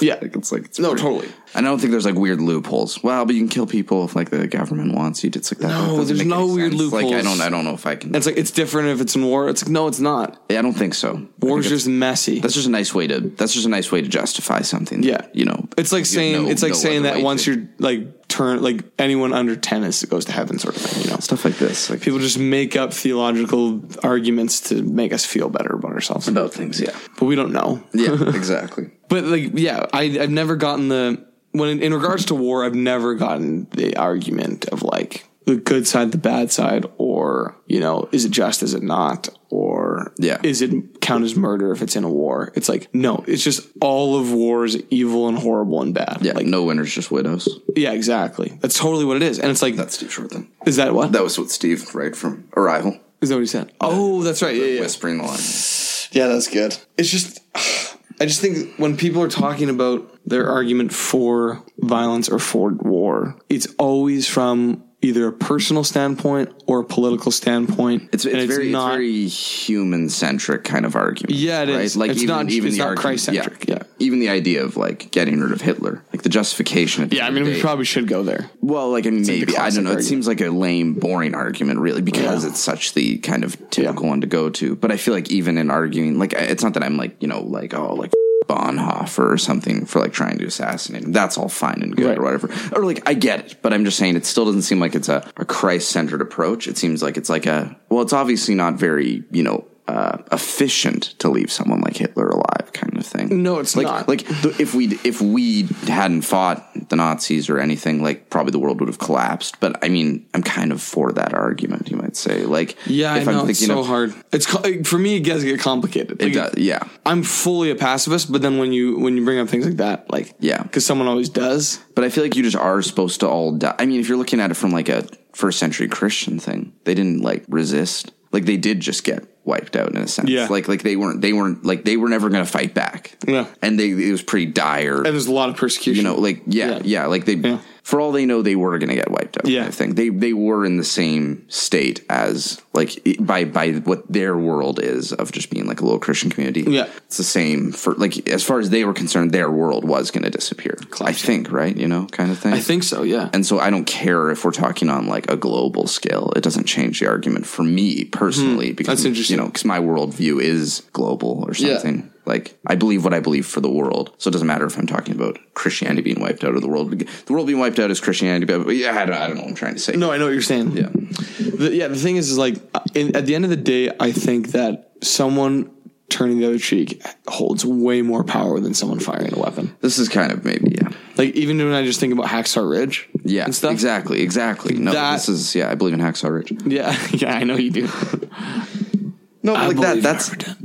Speaker 1: Yeah.
Speaker 2: like, it's like it's
Speaker 1: No,
Speaker 2: pretty-
Speaker 1: totally.
Speaker 2: And I don't think there's like weird loopholes. Well, but you can kill people if like the government wants you. to. It's like that.
Speaker 1: No,
Speaker 2: that doesn't
Speaker 1: there's
Speaker 2: make
Speaker 1: no
Speaker 2: any
Speaker 1: weird
Speaker 2: sense. Like I
Speaker 1: loopholes.
Speaker 2: don't. I don't know if I can.
Speaker 1: it's like, it's different if it's in war. It's like, no, it's not.
Speaker 2: Yeah, I don't think so. I think
Speaker 1: War's
Speaker 2: it's-
Speaker 1: just messy.
Speaker 2: That's just a nice way to. That's just a nice way to justify something.
Speaker 1: Yeah.
Speaker 2: you know,
Speaker 1: It's like
Speaker 2: you have
Speaker 1: saying,
Speaker 2: no-
Speaker 1: it's like
Speaker 2: no
Speaker 1: saying
Speaker 2: other
Speaker 1: that
Speaker 2: way
Speaker 1: once
Speaker 2: to-
Speaker 1: you're like turn, like anyone under 10 is, goes to heaven sort of thing, you know?
Speaker 2: stuff like this, like
Speaker 1: People just make up theological arguments to make us feel better about ourselves.
Speaker 2: about things. Yeah,
Speaker 1: But we don't know. *laughs*
Speaker 2: yeah, exactly.
Speaker 1: But like, yeah, I, I've never gotten the when in, in regards to war, I've never gotten the argument of like the good side, the bad side, or you know, is it just, is it not, or
Speaker 2: Yeah.
Speaker 1: is it count as murder if it's in a war? It's like no, it's just all of war is evil and horrible and bad.
Speaker 2: Yeah,
Speaker 1: like
Speaker 2: like no winners, just widows.
Speaker 1: yeah, exactly. That's totally what it is, and it's like
Speaker 2: That's Steve Shorten.
Speaker 1: is that what is
Speaker 2: That was what Steve, right from Arrival,
Speaker 1: that what he said? Oh, that's right. Yeah, yeah, yeah.
Speaker 2: whispering the line.
Speaker 1: Yeah, that's good. It's just, *sighs* I just think when people are talking about their argument for violence or for war, it's always from either a personal standpoint or a political standpoint.
Speaker 2: It's,
Speaker 1: And
Speaker 2: it's, very, it's very human centric kind of argument.
Speaker 1: Yeah, it
Speaker 2: it is.
Speaker 1: is. It's not- it's not Christ-centric, yeah.
Speaker 2: even the idea of like getting rid of Hitler, like the justification. At the
Speaker 1: yeah, I
Speaker 2: end of
Speaker 1: mean,
Speaker 2: the
Speaker 1: we
Speaker 2: day-
Speaker 1: probably should go there.
Speaker 2: well, like I mean,
Speaker 1: the
Speaker 2: maybe I
Speaker 1: classic
Speaker 2: don't know.
Speaker 1: argument.
Speaker 2: It seems like a lame, boring argument, really, because
Speaker 1: Yeah.
Speaker 2: it's such the kind of typical one to go to. But I feel like even in arguing, like I- it's not that I'm like you know, like oh, like *laughs* Bonhoeffer or something for like trying to assassinate him. That's all fine and good
Speaker 1: Right.
Speaker 2: or whatever. Or like I get it, but I'm just saying it still doesn't seem like it's a, a Christ centered approach. It seems like it's like a well, it's obviously not very you know. Uh, efficient to leave someone like Hitler alive, kind of thing.
Speaker 1: No, it's
Speaker 2: like,
Speaker 1: not.
Speaker 2: Like the, if we if we hadn't fought the Nazis or anything, like probably the world would have collapsed. But I mean, I'm kind of for that argument. You might say, like,
Speaker 1: Yeah, I know.
Speaker 2: I'm
Speaker 1: It's so hard. It's co- like, for me, it gets get complicated. Like,
Speaker 2: it does, yeah,
Speaker 1: I'm fully a pacifist, but then when you when you bring up things like that, like
Speaker 2: Yeah.
Speaker 1: because someone always does.
Speaker 2: but I feel like you just are supposed to all die. I mean, if you're looking at it from like a first century Christian thing, they didn't like resist. Like they did just get wiped out in a sense.
Speaker 1: Yeah.
Speaker 2: Like like they weren't they weren't like they were never going to fight back.
Speaker 1: Yeah.
Speaker 2: and they it was pretty dire.
Speaker 1: And there's a lot of persecution.
Speaker 2: you know, like yeah, yeah, like they
Speaker 1: Yeah.
Speaker 2: for all they know, they were going to get wiped out.
Speaker 1: Yeah.
Speaker 2: kind of thing. They they were in the same state as like it- by by what their world is of just being like a little Christian community.
Speaker 1: Yeah.
Speaker 2: it's the same for like as far as they were concerned, their world was going to disappear. I think, right? You know, kind of thing.
Speaker 1: I think so. Yeah.
Speaker 2: And so I don't care if we're talking on like a global scale. It doesn't change the argument for me personally because
Speaker 1: That's interesting.
Speaker 2: you know because my worldview is global or something. Like I believe what I believe for the world, so it doesn't matter if I'm talking about Christianity being wiped out of the world. The world being wiped out is Christianity, but yeah, I don't, I don't know what I'm trying to say.
Speaker 1: No, I know what you're saying.
Speaker 2: Yeah.
Speaker 1: The, yeah, the thing is, is like in, at the end of the day, I think that someone turning the other cheek holds way more power than someone firing a weapon.
Speaker 2: This is kind of maybe yeah,
Speaker 1: Like even when I just think about Hacksaw Ridge,
Speaker 2: yeah,
Speaker 1: and stuff.
Speaker 2: exactly, exactly. No,
Speaker 1: That-
Speaker 2: this is yeah. I believe in Hacksaw Ridge.
Speaker 1: Yeah, *laughs* yeah, I know you do.
Speaker 2: No, but like that.
Speaker 1: believe
Speaker 2: That's *laughs*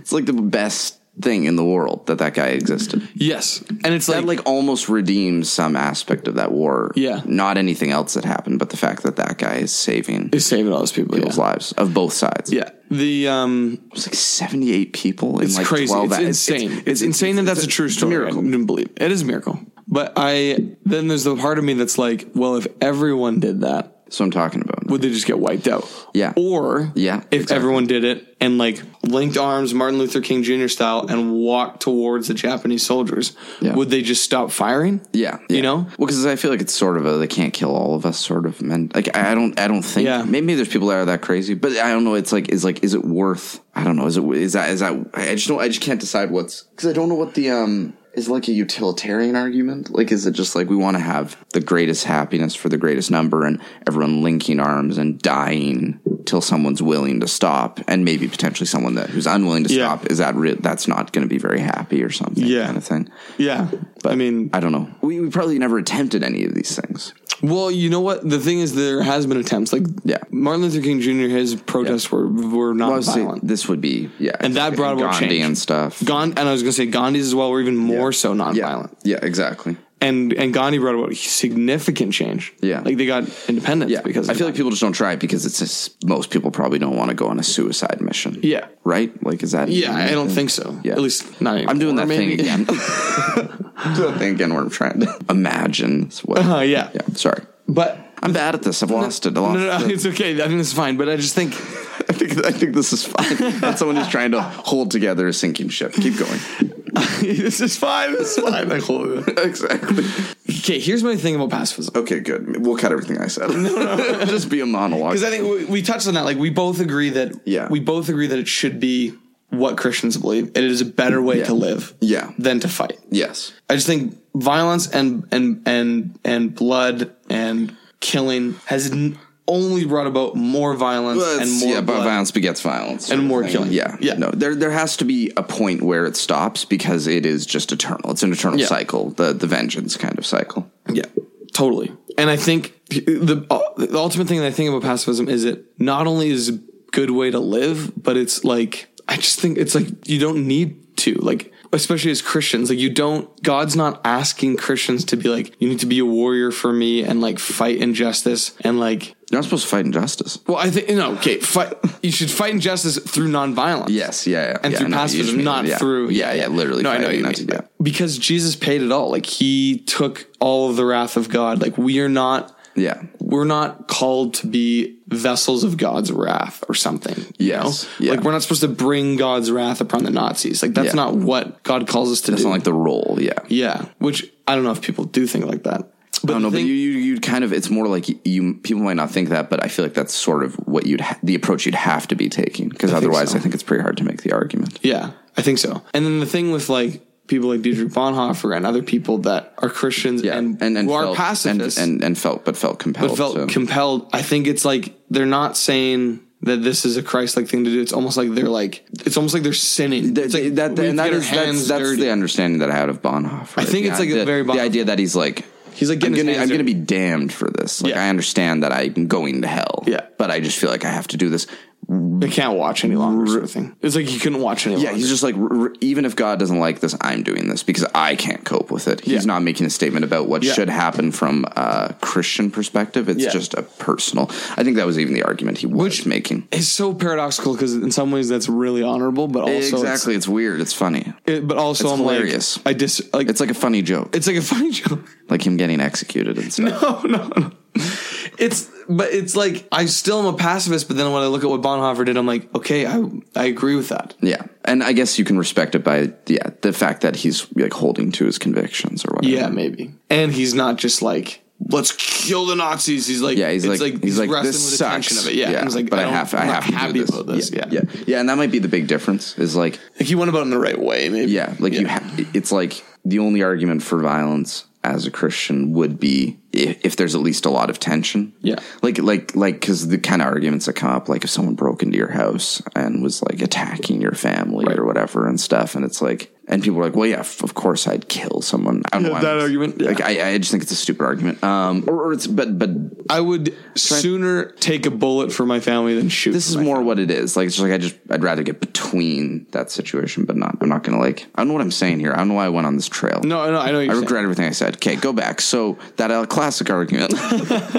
Speaker 2: it's like the best thing in the world that that guy existed.
Speaker 1: Yes, and it's like,
Speaker 2: that like almost redeems some aspect of that war.
Speaker 1: Yeah.
Speaker 2: Not anything else that happened, but the fact that that guy is saving
Speaker 1: it's saving all those people.
Speaker 2: people's
Speaker 1: Yeah.
Speaker 2: lives of both sides.
Speaker 1: yeah, the um,
Speaker 2: It's like 78 people in
Speaker 1: it's
Speaker 2: like
Speaker 1: crazy.
Speaker 2: 12
Speaker 1: It's
Speaker 2: hours.
Speaker 1: insane. It's, insane that that's a, true story.
Speaker 2: miracle.
Speaker 1: I didn't believe it. it is a miracle. But I then there's the part of me that's like, well, if everyone did that,
Speaker 2: That's what I'm talking about.
Speaker 1: would they just get wiped out?
Speaker 2: Yeah.
Speaker 1: Or
Speaker 2: Yeah,
Speaker 1: if
Speaker 2: exactly.
Speaker 1: everyone did it and like linked arms, Martin Luther King Jr. style, and walked towards the Japanese soldiers,
Speaker 2: Yeah.
Speaker 1: would they just stop firing?
Speaker 2: yeah,
Speaker 1: You know?
Speaker 2: Well, because I feel like it's sort of a they can't kill all of us sort of men. Like I I don't, I don't think.
Speaker 1: Yeah.
Speaker 2: Maybe there's people that are that crazy, but I don't know. It's like, is like, is it worth? I don't know. Is it? Is that? Is that? I just don't. I just can't decide what's because I don't know what the um is like a utilitarian argument. Like, is it just like we want to have the greatest happiness for the greatest number and everyone linking arms and dying till someone's willing to stop and maybe potentially someone that who's unwilling to
Speaker 1: Yeah.
Speaker 2: stop is that re- that's not going to be very happy or something
Speaker 1: Yeah.
Speaker 2: kind of thing.
Speaker 1: Yeah. But I mean,
Speaker 2: I don't know. We, we probably never attempted any of these things.
Speaker 1: well, you know what? The thing is, there has been attempts. Like,
Speaker 2: Yeah.
Speaker 1: Martin Luther King Jr. His protests were were not
Speaker 2: Obviously,
Speaker 1: violent.
Speaker 2: this would be yeah,
Speaker 1: And that brought about
Speaker 2: Gandhi
Speaker 1: change.
Speaker 2: and stuff.
Speaker 1: Gandhi, and I was going to say Gandhi's as well were even more so
Speaker 2: yeah,
Speaker 1: nonviolent.
Speaker 2: yeah, exactly.
Speaker 1: And and Gandhi brought about significant change.
Speaker 2: Yeah.
Speaker 1: like they got independence
Speaker 2: Yeah,
Speaker 1: because
Speaker 2: I
Speaker 1: of
Speaker 2: feel
Speaker 1: that.
Speaker 2: like people just don't try it because it's just, most people probably don't want to go on a suicide mission.
Speaker 1: Yeah.
Speaker 2: right. Like, is that?
Speaker 1: Yeah, I don't think so.
Speaker 2: Yeah.
Speaker 1: At least not anymore.
Speaker 2: I'm doing that
Speaker 1: maybe.
Speaker 2: thing
Speaker 1: *laughs*
Speaker 2: again. *laughs* doing that thing again where I'm trying to imagine. What,
Speaker 1: Uh, yeah.
Speaker 2: yeah, sorry.
Speaker 1: But
Speaker 2: I'm bad at this. I've lost it. I
Speaker 1: no,
Speaker 2: lost
Speaker 1: no, no,
Speaker 2: it.
Speaker 1: it's okay. I think it's fine. But I just think
Speaker 2: *laughs* I think I think this is fine. That's someone who's trying to hold together a sinking ship. Keep going.
Speaker 1: *laughs* this is fine. This is fine. Like, hold it.
Speaker 2: exactly.
Speaker 1: Okay, here's my thing about pacifism.
Speaker 2: Okay, good. We'll cut everything I
Speaker 1: *laughs*
Speaker 2: said. *laughs* Just be a monologue.
Speaker 1: Because I think we, we touched on that. Like, we both agree that
Speaker 2: Yeah.
Speaker 1: we both agree that it should be what Christians believe. It is a better way to live,
Speaker 2: Yeah.
Speaker 1: than to fight.
Speaker 2: yes.
Speaker 1: I just think violence and and and and blood and killing has n- only brought about more violence and more
Speaker 2: yeah, but
Speaker 1: blood.
Speaker 2: violence begets violence. sort
Speaker 1: And
Speaker 2: of
Speaker 1: more
Speaker 2: thing.
Speaker 1: killing.
Speaker 2: Yeah.
Speaker 1: Yeah.
Speaker 2: No, there there has to be a point where it stops because it is just eternal. It's an eternal
Speaker 1: Yeah.
Speaker 2: cycle, the the vengeance kind of cycle.
Speaker 1: Yeah, totally. And I think the the ultimate thing that I think about pacifism is it not only is a good way to live, but it's like I just think it's like you don't need to like especially as Christians like you don't God's not asking Christians to be like you need to be a warrior for me and like fight injustice and like
Speaker 2: You're not supposed to fight injustice.
Speaker 1: well I think no okay fight you should fight injustice through nonviolence
Speaker 2: Yes, yeah, yeah.
Speaker 1: and
Speaker 2: yeah, I
Speaker 1: through
Speaker 2: know what you just
Speaker 1: pacifism
Speaker 2: mean.
Speaker 1: not
Speaker 2: Yeah.
Speaker 1: through
Speaker 2: Yeah, yeah, literally.
Speaker 1: no I know what
Speaker 2: fighting,
Speaker 1: you
Speaker 2: that's-
Speaker 1: mean
Speaker 2: yeah.
Speaker 1: because Jesus paid it all like he took all of the wrath of God like we are not
Speaker 2: Yeah.
Speaker 1: we're not called to be vessels of God's wrath or something. You
Speaker 2: Yes.
Speaker 1: know?
Speaker 2: Yeah.
Speaker 1: Like we're not supposed to bring God's wrath upon the Nazis. Like that's
Speaker 2: Yeah.
Speaker 1: not what God calls us to
Speaker 2: It's
Speaker 1: do.
Speaker 2: not like the role, yeah.
Speaker 1: yeah. Which I don't know if people do think like that. But
Speaker 2: I don't know,
Speaker 1: the
Speaker 2: but
Speaker 1: thing-
Speaker 2: you, you you'd kind of it's more like you people might not think that, but I feel like that's sort of what you'd ha- the approach you'd have to be taking because otherwise
Speaker 1: so.
Speaker 2: I think it's pretty hard to make the argument.
Speaker 1: Yeah, I think so. And then the thing with like people like Dietrich Bonhoeffer and other people that are Christians and,
Speaker 2: and, and
Speaker 1: who are
Speaker 2: felt,
Speaker 1: pacifists
Speaker 2: and, and, and felt but felt compelled.
Speaker 1: felt
Speaker 2: to-
Speaker 1: compelled. I think it's like they're not saying that this is a Christ-like thing to do. It's almost like they're like it's almost like they're sinning.
Speaker 2: Th-
Speaker 1: It's like
Speaker 2: th- that,
Speaker 1: we have
Speaker 2: and
Speaker 1: to
Speaker 2: that
Speaker 1: get our
Speaker 2: is that's,
Speaker 1: hands
Speaker 2: that's
Speaker 1: dirty.
Speaker 2: the understanding that I had of Bonhoeffer. I
Speaker 1: think it's like a very
Speaker 2: the
Speaker 1: Bonhoeffer-
Speaker 2: idea that he's like
Speaker 1: He's like
Speaker 2: I'm
Speaker 1: getting his
Speaker 2: gonna
Speaker 1: hands
Speaker 2: I'm gonna
Speaker 1: dirty.
Speaker 2: be damned for this. Like
Speaker 1: Yeah.
Speaker 2: I understand that I'm going to hell.
Speaker 1: Yeah.
Speaker 2: but I just feel like I have to do this.
Speaker 1: I can't watch any longer. Sort of thing. It's like you couldn't watch any.
Speaker 2: Yeah,
Speaker 1: longer.
Speaker 2: he's just like, r- r- even if God doesn't like this, I'm doing this because I can't cope with it. He's
Speaker 1: Yeah.
Speaker 2: not making a statement about what
Speaker 1: Yeah.
Speaker 2: should happen from a Christian perspective. It's
Speaker 1: Yeah.
Speaker 2: just a personal. I think that was even the argument he was making.
Speaker 1: it's so paradoxical because in some ways that's really honorable, but also it's-
Speaker 2: exactly. It's, weird. It's funny.
Speaker 1: it- but also
Speaker 2: It's
Speaker 1: I'm
Speaker 2: hilarious.
Speaker 1: like I dis like
Speaker 2: It's like a funny joke,
Speaker 1: it's like a funny *laughs* joke.
Speaker 2: like him getting executed and stuff.
Speaker 1: no, no, no. It's but it's like I still am a pacifist, but then when I look at what Bonhoeffer did, I'm like, okay, I I agree with that.
Speaker 2: Yeah, and I guess you can respect it by yeah the fact that he's like holding to his convictions or whatever.
Speaker 1: Yeah, maybe. And he's not just like let's kill the Nazis. He's like
Speaker 2: Yeah, he's
Speaker 1: it's
Speaker 2: like, he's like
Speaker 1: wrestling
Speaker 2: this
Speaker 1: with the
Speaker 2: sucks.
Speaker 1: tension of it. Yeah, And he's like
Speaker 2: but I
Speaker 1: don't-
Speaker 2: have I
Speaker 1: I'm
Speaker 2: have
Speaker 1: not
Speaker 2: to do
Speaker 1: happy
Speaker 2: this.
Speaker 1: about this. Yeah,
Speaker 2: yeah, yeah, and that might be the big difference. Is like
Speaker 1: Like he went about it in the right way. Maybe.
Speaker 2: yeah, like you ha- it's like the only argument for violence as a Christian would be if, if there's at least a lot of tension.
Speaker 1: Yeah.
Speaker 2: like like like because the kind of arguments that come up, like if someone broke into your house and was like attacking your family or whatever and stuff, and it's like. And people are like, "Well, yeah, f- of course I'd kill someone." I don't know why I'm
Speaker 1: that
Speaker 2: just-
Speaker 1: argument, yeah.
Speaker 2: Like, I, I just think it's a stupid argument. Um, or, or it's, but, but
Speaker 1: I would sooner take a bullet for my family than shoot.
Speaker 2: this is more what it is. Like it's just like I just I'd rather get between that situation, but not I'm not gonna like I don't know what I'm saying here. I don't know why I went on this trail.
Speaker 1: no, no, I know. What
Speaker 2: I
Speaker 1: you're
Speaker 2: regret everything I said. Okay, go back. So that uh, classic argument *laughs*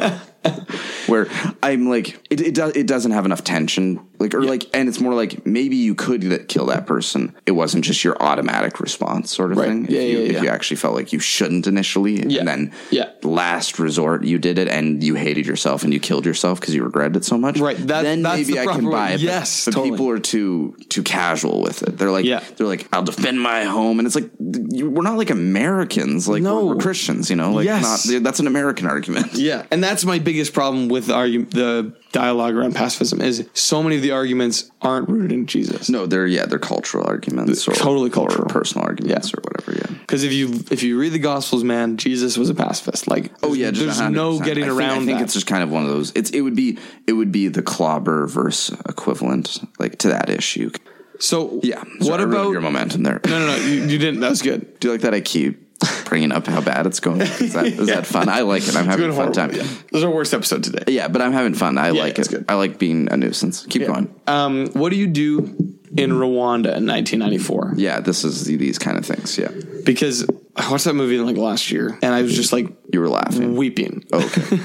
Speaker 2: where I'm like, it it, do, it doesn't have enough tension, like or like, and it's more like maybe you could li- kill that person. It wasn't just your automatic response sort of
Speaker 1: Right.
Speaker 2: thing.
Speaker 1: Yeah,
Speaker 2: if you,
Speaker 1: yeah,
Speaker 2: if
Speaker 1: yeah.
Speaker 2: you actually felt like you shouldn't initially,
Speaker 1: Yeah.
Speaker 2: and then
Speaker 1: Yeah.
Speaker 2: last resort you did it and you hated yourself and you killed yourself because you regretted it so much.
Speaker 1: Right. That-
Speaker 2: then
Speaker 1: that's
Speaker 2: maybe
Speaker 1: the
Speaker 2: I can
Speaker 1: proper way.
Speaker 2: buy it. but-
Speaker 1: Yes,
Speaker 2: But,
Speaker 1: totally.
Speaker 2: people are too too casual with it. They're like,
Speaker 1: Yeah.
Speaker 2: they're like, I'll defend my home, and it's like th- you- we're not like Americans, like
Speaker 1: No.
Speaker 2: we're, we're Christians, you know. Like,
Speaker 1: Yes.
Speaker 2: not, that's an American argument.
Speaker 1: Yeah, and that's my biggest problem with the argument, the dialogue around pacifism is so many of the arguments aren't rooted in Jesus.
Speaker 2: *laughs* No, they're yeah, they're cultural arguments, or,
Speaker 1: Totally
Speaker 2: or
Speaker 1: cultural.
Speaker 2: personal arguments, or whatever. Yeah.
Speaker 1: Because if you if you read the Gospels, man, Jesus was a pacifist. Like,
Speaker 2: Oh yeah, just
Speaker 1: there's no
Speaker 2: 100%.
Speaker 1: getting
Speaker 2: I think,
Speaker 1: around.
Speaker 2: I think
Speaker 1: that.
Speaker 2: it's just kind of one of those. It's it would be it would be the clobber verse equivalent, like to that issue.
Speaker 1: so.
Speaker 2: Yeah.
Speaker 1: what
Speaker 2: Sorry, I ruined
Speaker 1: about?
Speaker 2: your momentum there?
Speaker 1: no, no, no. You, you didn't. That was good.
Speaker 2: Do you like that? I keep bringing up how bad it's going. Is
Speaker 1: *laughs*
Speaker 2: that, is that fun? I like it. I'm having a
Speaker 1: Good
Speaker 2: fun time.
Speaker 1: Yeah. This is our worst episode today.
Speaker 2: Yeah, but I'm having fun. I like
Speaker 1: that's
Speaker 2: it.
Speaker 1: good.
Speaker 2: I like being a nuisance. Keep going.
Speaker 1: Um, what do you do in Rwanda in 1994?
Speaker 2: Yeah, this is the- these kind of things. Yeah,
Speaker 1: Because I watched that movie like last year, and I was just like
Speaker 2: you were
Speaker 1: Mm.
Speaker 2: laughing.
Speaker 1: weeping.
Speaker 2: *laughs* Okay.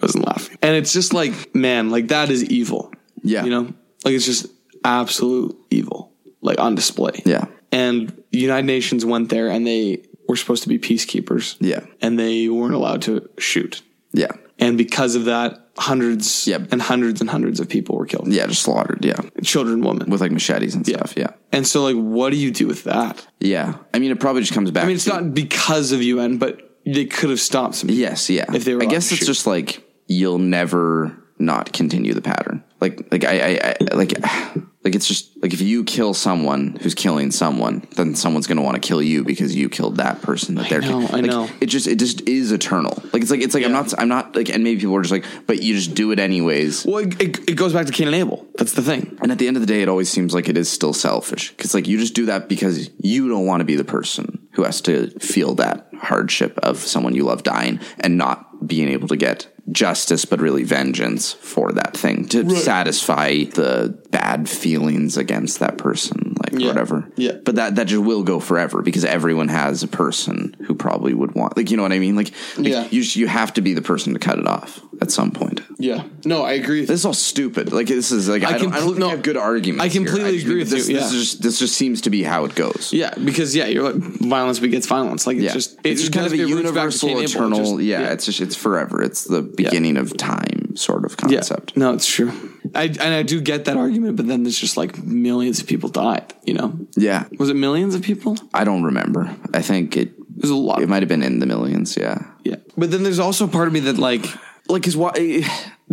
Speaker 1: wasn't laughing. And it's just like, man, like that is evil.
Speaker 2: Yeah.
Speaker 1: You know? Like it's just absolute evil. Like on display.
Speaker 2: Yeah.
Speaker 1: And United Nations went there and they were supposed to be peacekeepers.
Speaker 2: Yeah.
Speaker 1: And they weren't allowed to shoot.
Speaker 2: Yeah.
Speaker 1: And because of that, hundreds
Speaker 2: Yep.
Speaker 1: and hundreds and hundreds of people were killed.
Speaker 2: Yeah, just slaughtered. Yeah,
Speaker 1: Children, women.
Speaker 2: with like machetes and stuff. Yeah.
Speaker 1: and so like what do you do with that?
Speaker 2: Yeah. I mean, it probably just comes back.
Speaker 1: I mean it's
Speaker 2: to,
Speaker 1: not because of UN, but they could have stopped some people.
Speaker 2: Yes. Yeah.
Speaker 1: if they were
Speaker 2: I
Speaker 1: allowed
Speaker 2: guess
Speaker 1: to
Speaker 2: it's
Speaker 1: shoot.
Speaker 2: just like you'll never not continue the pattern. Like, like I, I, I like. *sighs* Like it's just like if you kill someone who's killing someone, then someone's gonna want to kill you because you killed that person that they're
Speaker 1: know, I
Speaker 2: like,
Speaker 1: know.
Speaker 2: It just it just is eternal. Like it's like it's like I'm not I'm not like and maybe people are just like, but you just do it anyways.
Speaker 1: Well, it, it, it goes back to Cain and Abel. That's the thing.
Speaker 2: And at the end of the day, it always seems like it is still selfish because, like, you just do that because you don't want to be the person who has to feel that hardship of someone you love dying and not being able to get justice, but really vengeance for that thing to satisfy the bad feelings against that person, like
Speaker 1: Yeah.
Speaker 2: whatever.
Speaker 1: Yeah.
Speaker 2: But that that just will go forever because everyone has a person who probably would want, like, you know what I mean? Like, like,
Speaker 1: Yeah.
Speaker 2: you you have to be the person to cut it off at some point.
Speaker 1: Yeah. No, I agree.
Speaker 2: This is all stupid. Like this is like I, don't, I
Speaker 1: compl-
Speaker 2: don't think
Speaker 1: no,
Speaker 2: I have good arguments.
Speaker 1: I completely
Speaker 2: here. just
Speaker 1: agree
Speaker 2: think
Speaker 1: with
Speaker 2: this,
Speaker 1: you,
Speaker 2: This,
Speaker 1: yeah.
Speaker 2: is just, this just seems to be how it goes.
Speaker 1: Yeah, because yeah, you're like violence begets violence. Like it's
Speaker 2: Yeah.
Speaker 1: just
Speaker 2: it's just kind of a universal, eternal. e- yeah,
Speaker 1: yeah,
Speaker 2: it's just it's forever. It's the beginning of time sort of
Speaker 1: yeah.
Speaker 2: concept.
Speaker 1: No, it's true. I and I do get that argument, but then there's just like millions of people died. You know,
Speaker 2: Yeah.
Speaker 1: was it millions of people? It
Speaker 2: I don't remember. I think it
Speaker 1: was a lot.
Speaker 2: it might have been in the millions. Yeah,
Speaker 1: yeah, but then there's also part of me that like
Speaker 2: like is why.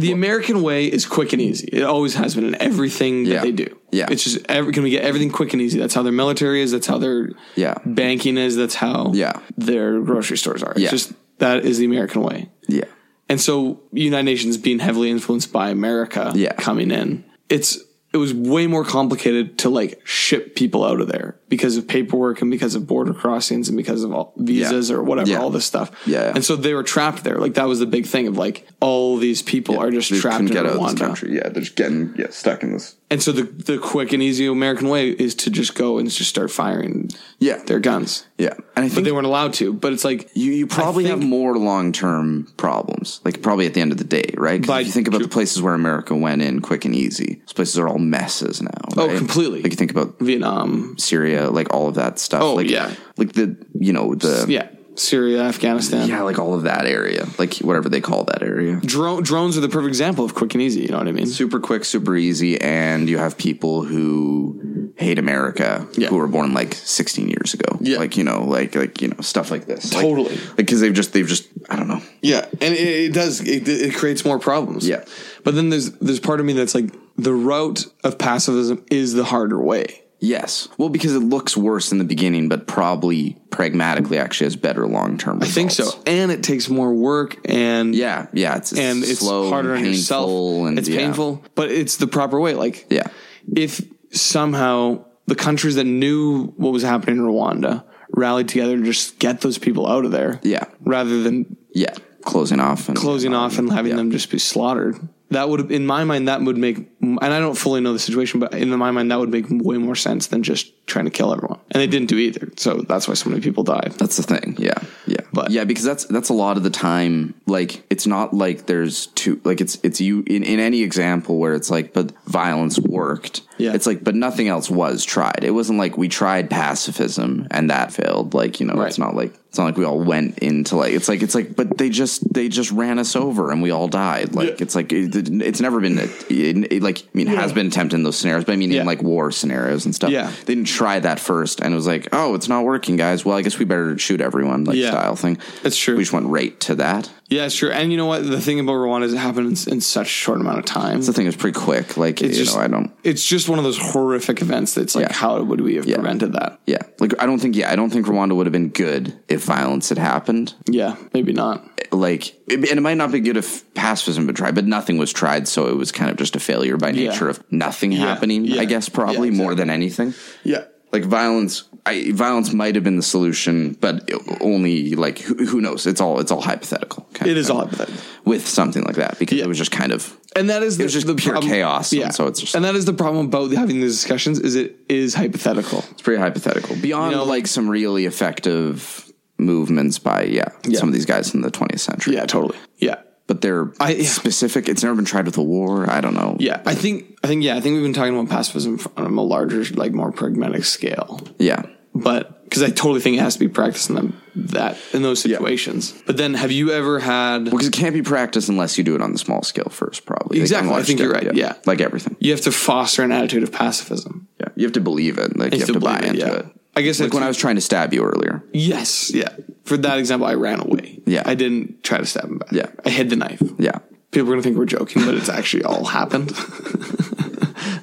Speaker 1: the American way is quick and easy. It always has been in everything that
Speaker 2: Yeah.
Speaker 1: they do.
Speaker 2: Yeah.
Speaker 1: it's just every, can we get everything quick and easy? That's how their military is. That's how their
Speaker 2: Yeah.
Speaker 1: banking is. That's how
Speaker 2: Yeah.
Speaker 1: their grocery stores are. It's
Speaker 2: Yeah.
Speaker 1: just that is the American way.
Speaker 2: Yeah,
Speaker 1: And so United Nations being heavily influenced by America
Speaker 2: Yeah.
Speaker 1: coming in, it's it was way more complicated to like ship people out of there because of paperwork and because of border crossings and because of all visas or whatever,
Speaker 2: Yeah.
Speaker 1: all this stuff.
Speaker 2: Yeah, yeah.
Speaker 1: And so they were trapped there. Like that was the big thing of like all these people are just
Speaker 2: They
Speaker 1: trapped in
Speaker 2: couldn't get out of this
Speaker 1: Rwanda.
Speaker 2: country. Yeah, they're just getting yeah, stuck in this.
Speaker 1: And so the the quick and easy American way is to just go and just start firing
Speaker 2: Yeah,
Speaker 1: their guns.
Speaker 2: yeah. And I
Speaker 1: But
Speaker 2: think
Speaker 1: they weren't allowed to. But it's like
Speaker 2: you, you probably
Speaker 1: think-
Speaker 2: have more long term problems. Like probably at the end of the day, right? 'Cause
Speaker 1: By-
Speaker 2: if you think about the places where America went in quick and easy, those places are all messes now.
Speaker 1: Oh,
Speaker 2: right?
Speaker 1: completely.
Speaker 2: Like you think about
Speaker 1: Vietnam,
Speaker 2: Syria, like all of that stuff.
Speaker 1: Oh,
Speaker 2: like,
Speaker 1: yeah.
Speaker 2: Like the you know the
Speaker 1: yeah, Syria, Afghanistan.
Speaker 2: yeah like all of that area, like whatever they call that area.
Speaker 1: Drone, drones are the perfect example of quick and easy. You know what I mean?
Speaker 2: super quick, super easy, and you have people who hate America who were born like 16 years ago.
Speaker 1: Yeah.
Speaker 2: like you know, like like you know, stuff like this. Like-
Speaker 1: Totally.
Speaker 2: like because they've just they've just I don't know.
Speaker 1: Yeah, and it, it does. It, it creates more problems.
Speaker 2: Yeah.
Speaker 1: but then there's there's part of me that's like the route of pacifism is the harder way.
Speaker 2: Yes, well, because it looks worse in the beginning, but probably pragmatically actually has better long term.
Speaker 1: I think so, and it takes more work and
Speaker 2: Yeah, yeah, it's,
Speaker 1: and it's
Speaker 2: slow
Speaker 1: harder
Speaker 2: and
Speaker 1: on yourself.
Speaker 2: painful and
Speaker 1: it's
Speaker 2: yeah.
Speaker 1: painful, but it's the proper way. Like
Speaker 2: Yeah,
Speaker 1: if somehow the countries that knew what was happening in Rwanda rallied together to just get those people out of there,
Speaker 2: Yeah.
Speaker 1: rather than
Speaker 2: yeah, closing off and
Speaker 1: closing off and having them just be slaughtered. That would, in my mind, that would make, and I don't fully know the situation, but in my mind, that would make way more sense than just trying to kill everyone. And they didn't do either, so that's why so many people died.
Speaker 2: That's the thing. Yeah. Yeah.
Speaker 1: But-
Speaker 2: yeah, because that's that's a lot of the time like it's not like there's two like it's it's you in, in any example where it's like but violence worked.
Speaker 1: Yeah.
Speaker 2: It's like but nothing else was tried. It wasn't like we tried pacifism and that failed. Like, you know,
Speaker 1: Right.
Speaker 2: it's not like it's not like we all went into like it's like it's like but they just they just ran us over and we all died. Like
Speaker 1: Yeah.
Speaker 2: it's like it, it's never been it, it- like I mean has been attempted in those scenarios, but I mean
Speaker 1: Yeah.
Speaker 2: in like war scenarios and stuff.
Speaker 1: Yeah.
Speaker 2: They didn't try that first and it was like, oh, it's not working, guys. Well, I guess we better shoot everyone, like
Speaker 1: Yeah.
Speaker 2: style thing.
Speaker 1: That's true.
Speaker 2: We just went right to that.
Speaker 1: Yeah, sure. And you know what? The thing about Rwanda is it happens in such a short amount of time.
Speaker 2: The thing was pretty quick. Like, you
Speaker 1: just-
Speaker 2: know, I don't.
Speaker 1: It's just one of those horrific events that's like,
Speaker 2: Yeah.
Speaker 1: how would we have prevented that?
Speaker 2: Yeah. Like, I don't think, yeah, I don't think Rwanda would have been good if violence had happened.
Speaker 1: Yeah, maybe not.
Speaker 2: Like, it, and it might not be good if pacifism had been tried, but nothing was tried. So it was kind of just a failure by nature of nothing happening,
Speaker 1: Yeah.
Speaker 2: I guess, probably
Speaker 1: Yeah,
Speaker 2: more than anything.
Speaker 1: Yeah.
Speaker 2: like violence I, violence might have been the solution but only like who, who knows it's all it's all hypothetical kind
Speaker 1: It
Speaker 2: of
Speaker 1: is
Speaker 2: thing.
Speaker 1: all hypothetical.
Speaker 2: with something like that because
Speaker 1: Yeah.
Speaker 2: it was just kind of
Speaker 1: And that is the,
Speaker 2: was just
Speaker 1: the
Speaker 2: pure
Speaker 1: problem-
Speaker 2: chaos, and so it's just-
Speaker 1: and that is the problem about having these discussions is it is hypothetical.
Speaker 2: it's pretty hypothetical beyond
Speaker 1: You know,
Speaker 2: like some really effective movements by yeah, some of these guys in the 20th century
Speaker 1: Yeah, totally. Yeah.
Speaker 2: but they're
Speaker 1: I- yeah.
Speaker 2: specific it's never been tried with a war i don't know
Speaker 1: Yeah, I think I think yeah, I think we've been talking about pacifism on a larger, like more pragmatic scale.
Speaker 2: yeah
Speaker 1: But because I totally think it has to be practiced in them that in those situations. But then, have you ever had?
Speaker 2: because it can't be practiced unless you do it on the small scale first probably Like,
Speaker 1: Exactly, I
Speaker 2: on a large
Speaker 1: think you're
Speaker 2: scale,
Speaker 1: right, yeah.
Speaker 2: like everything
Speaker 1: You have to foster an attitude of pacifism.
Speaker 2: yeah you have to believe it like you have to, buy
Speaker 1: believe
Speaker 2: into
Speaker 1: yeah.
Speaker 2: it
Speaker 1: I guess
Speaker 2: like when I
Speaker 1: was
Speaker 2: was trying to stab you earlier.
Speaker 1: yes, yeah. For that example, I ran away.
Speaker 2: Yeah.
Speaker 1: I didn't try to stab him back.
Speaker 2: Yeah.
Speaker 1: I hid the knife.
Speaker 2: Yeah.
Speaker 1: People are gonna think we're joking, but it's actually all happened. *laughs*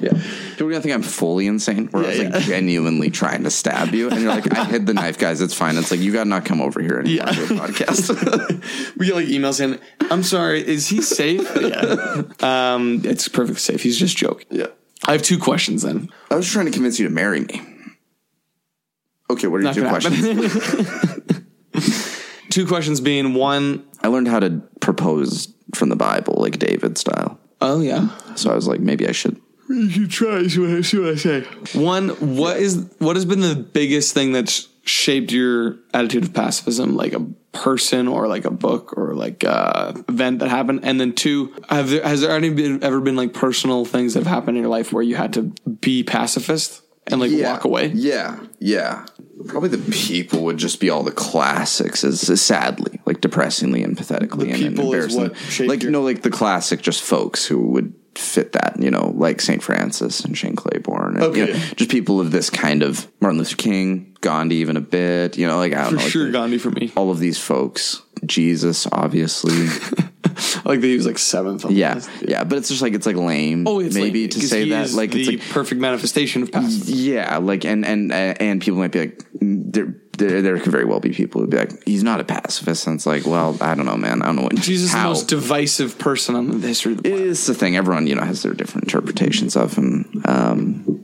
Speaker 2: Yeah. People are gonna think I'm fully insane, where I was
Speaker 1: Yeah,
Speaker 2: like
Speaker 1: yeah. *laughs*
Speaker 2: genuinely trying to stab you, and you're like, "I hid the knife, guys. It's fine." It's like you gotta not come over here anymore
Speaker 1: Yeah.
Speaker 2: to the
Speaker 1: *laughs*
Speaker 2: podcast.
Speaker 1: we get like emails saying, "I'm sorry, is he safe?" *laughs* yeah, um, it's perfect safe. He's just joking.
Speaker 2: yeah.
Speaker 1: I have two questions then.
Speaker 2: I was trying to convince you to marry me. Okay, what are your two
Speaker 1: gonna
Speaker 2: questions?
Speaker 1: *laughs* Two questions being one,
Speaker 2: I learned how to propose from the Bible, like David style.
Speaker 1: oh yeah.
Speaker 2: So I was like, maybe I should.
Speaker 1: You try, see what I, see what I say. One, what is what has been the biggest thing that's shaped your attitude of pacifism, like a person or like a book or like a event that happened? And then two, have there, has there any been, ever been like personal things that have happened in your life where you had to be pacifist and like walk away?
Speaker 2: Yeah, yeah. Probably the people would just be all the classics, as, as sadly, like depressingly and pathetically, and, and
Speaker 1: people is
Speaker 2: embarrassingly.
Speaker 1: what shaped
Speaker 2: like
Speaker 1: your-
Speaker 2: no, like the classic, just folks who would fit that, you know, like Saint Francis and Shane Claiborne, and, you
Speaker 1: Okay.
Speaker 2: know, just people of this kind of Martin Luther King, Gandhi, even a bit, you know, like I don't
Speaker 1: For
Speaker 2: know, like,
Speaker 1: sure,
Speaker 2: the-
Speaker 1: Gandhi for me.
Speaker 2: all of these folks. Jesus,
Speaker 1: *laughs*
Speaker 2: obviously,
Speaker 1: I like that he was like seventh. On the
Speaker 2: yeah,
Speaker 1: list.
Speaker 2: yeah, but it's just like it's like lame.
Speaker 1: Oh, it's
Speaker 2: maybe
Speaker 1: like-
Speaker 2: to
Speaker 1: 'cause
Speaker 2: say
Speaker 1: he
Speaker 2: that,
Speaker 1: is
Speaker 2: like
Speaker 1: the
Speaker 2: it's like
Speaker 1: perfect manifestation of pacifism.
Speaker 2: yeah like and and and uh, people might be like there, there, there could very well be people who'd be like, he's not a pacifist. And it's like, well, I don't know, man. I don't know what
Speaker 1: Jesus is the
Speaker 2: how.
Speaker 1: most divisive person on the history of the planet.
Speaker 2: it's the thing. Everyone, you know, has their different interpretations of him. Um,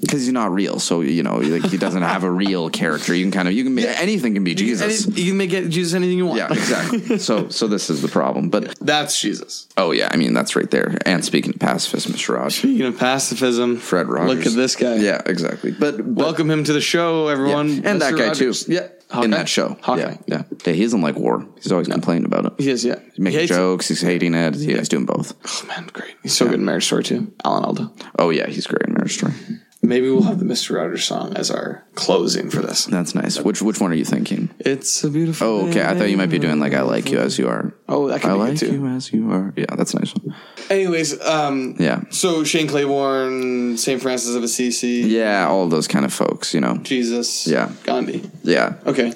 Speaker 2: because he's not real, so you know, like he doesn't have a real character. You can kind of, you can, anything can be Jesus.
Speaker 1: Any- you can make it Jesus anything you want.
Speaker 2: yeah, exactly. so, so this is the problem. But
Speaker 1: *laughs* That's Jesus.
Speaker 2: oh yeah, I mean that's right there. And speaking of pacifist, Mr. Raj,
Speaker 1: Speaking of pacifism,
Speaker 2: Fred Rogers.
Speaker 1: Look at this guy.
Speaker 2: Yeah, exactly. But, but
Speaker 1: Welcome him to the show, everyone.
Speaker 2: and that
Speaker 1: Mr.
Speaker 2: guy
Speaker 1: Rogers.
Speaker 2: too. Yeah,
Speaker 1: Hawkeye?
Speaker 2: in that show.
Speaker 1: Hawkeye.
Speaker 2: Yeah, yeah, yeah. He doesn't like war. He's always complaining about it.
Speaker 1: He is, yeah.
Speaker 2: He's making
Speaker 1: He hates
Speaker 2: jokes. He's hating it. Yeah, he's doing both.
Speaker 1: it. Oh, man, great. He's so good in Marriage Story too. Alan Alda.
Speaker 2: Oh yeah, he's great in Marriage Story.
Speaker 1: Maybe we'll have the Mr. Rogers song as our closing for this.
Speaker 2: That's nice. Which which one are you thinking?
Speaker 1: It's a beautiful.
Speaker 2: Oh, okay. I thought you might be doing like I like you as you are.
Speaker 1: Oh, that could
Speaker 2: I
Speaker 1: be good,
Speaker 2: like
Speaker 1: too.
Speaker 2: you as you are. Yeah, that's a nice one.
Speaker 1: Anyways, um,
Speaker 2: Yeah,
Speaker 1: So Shane Claiborne, St. Francis of Assisi,
Speaker 2: yeah. All those kind of folks, you know.
Speaker 1: Jesus,
Speaker 2: Yeah.
Speaker 1: Gandhi.
Speaker 2: Yeah, *sighs*
Speaker 1: Okay,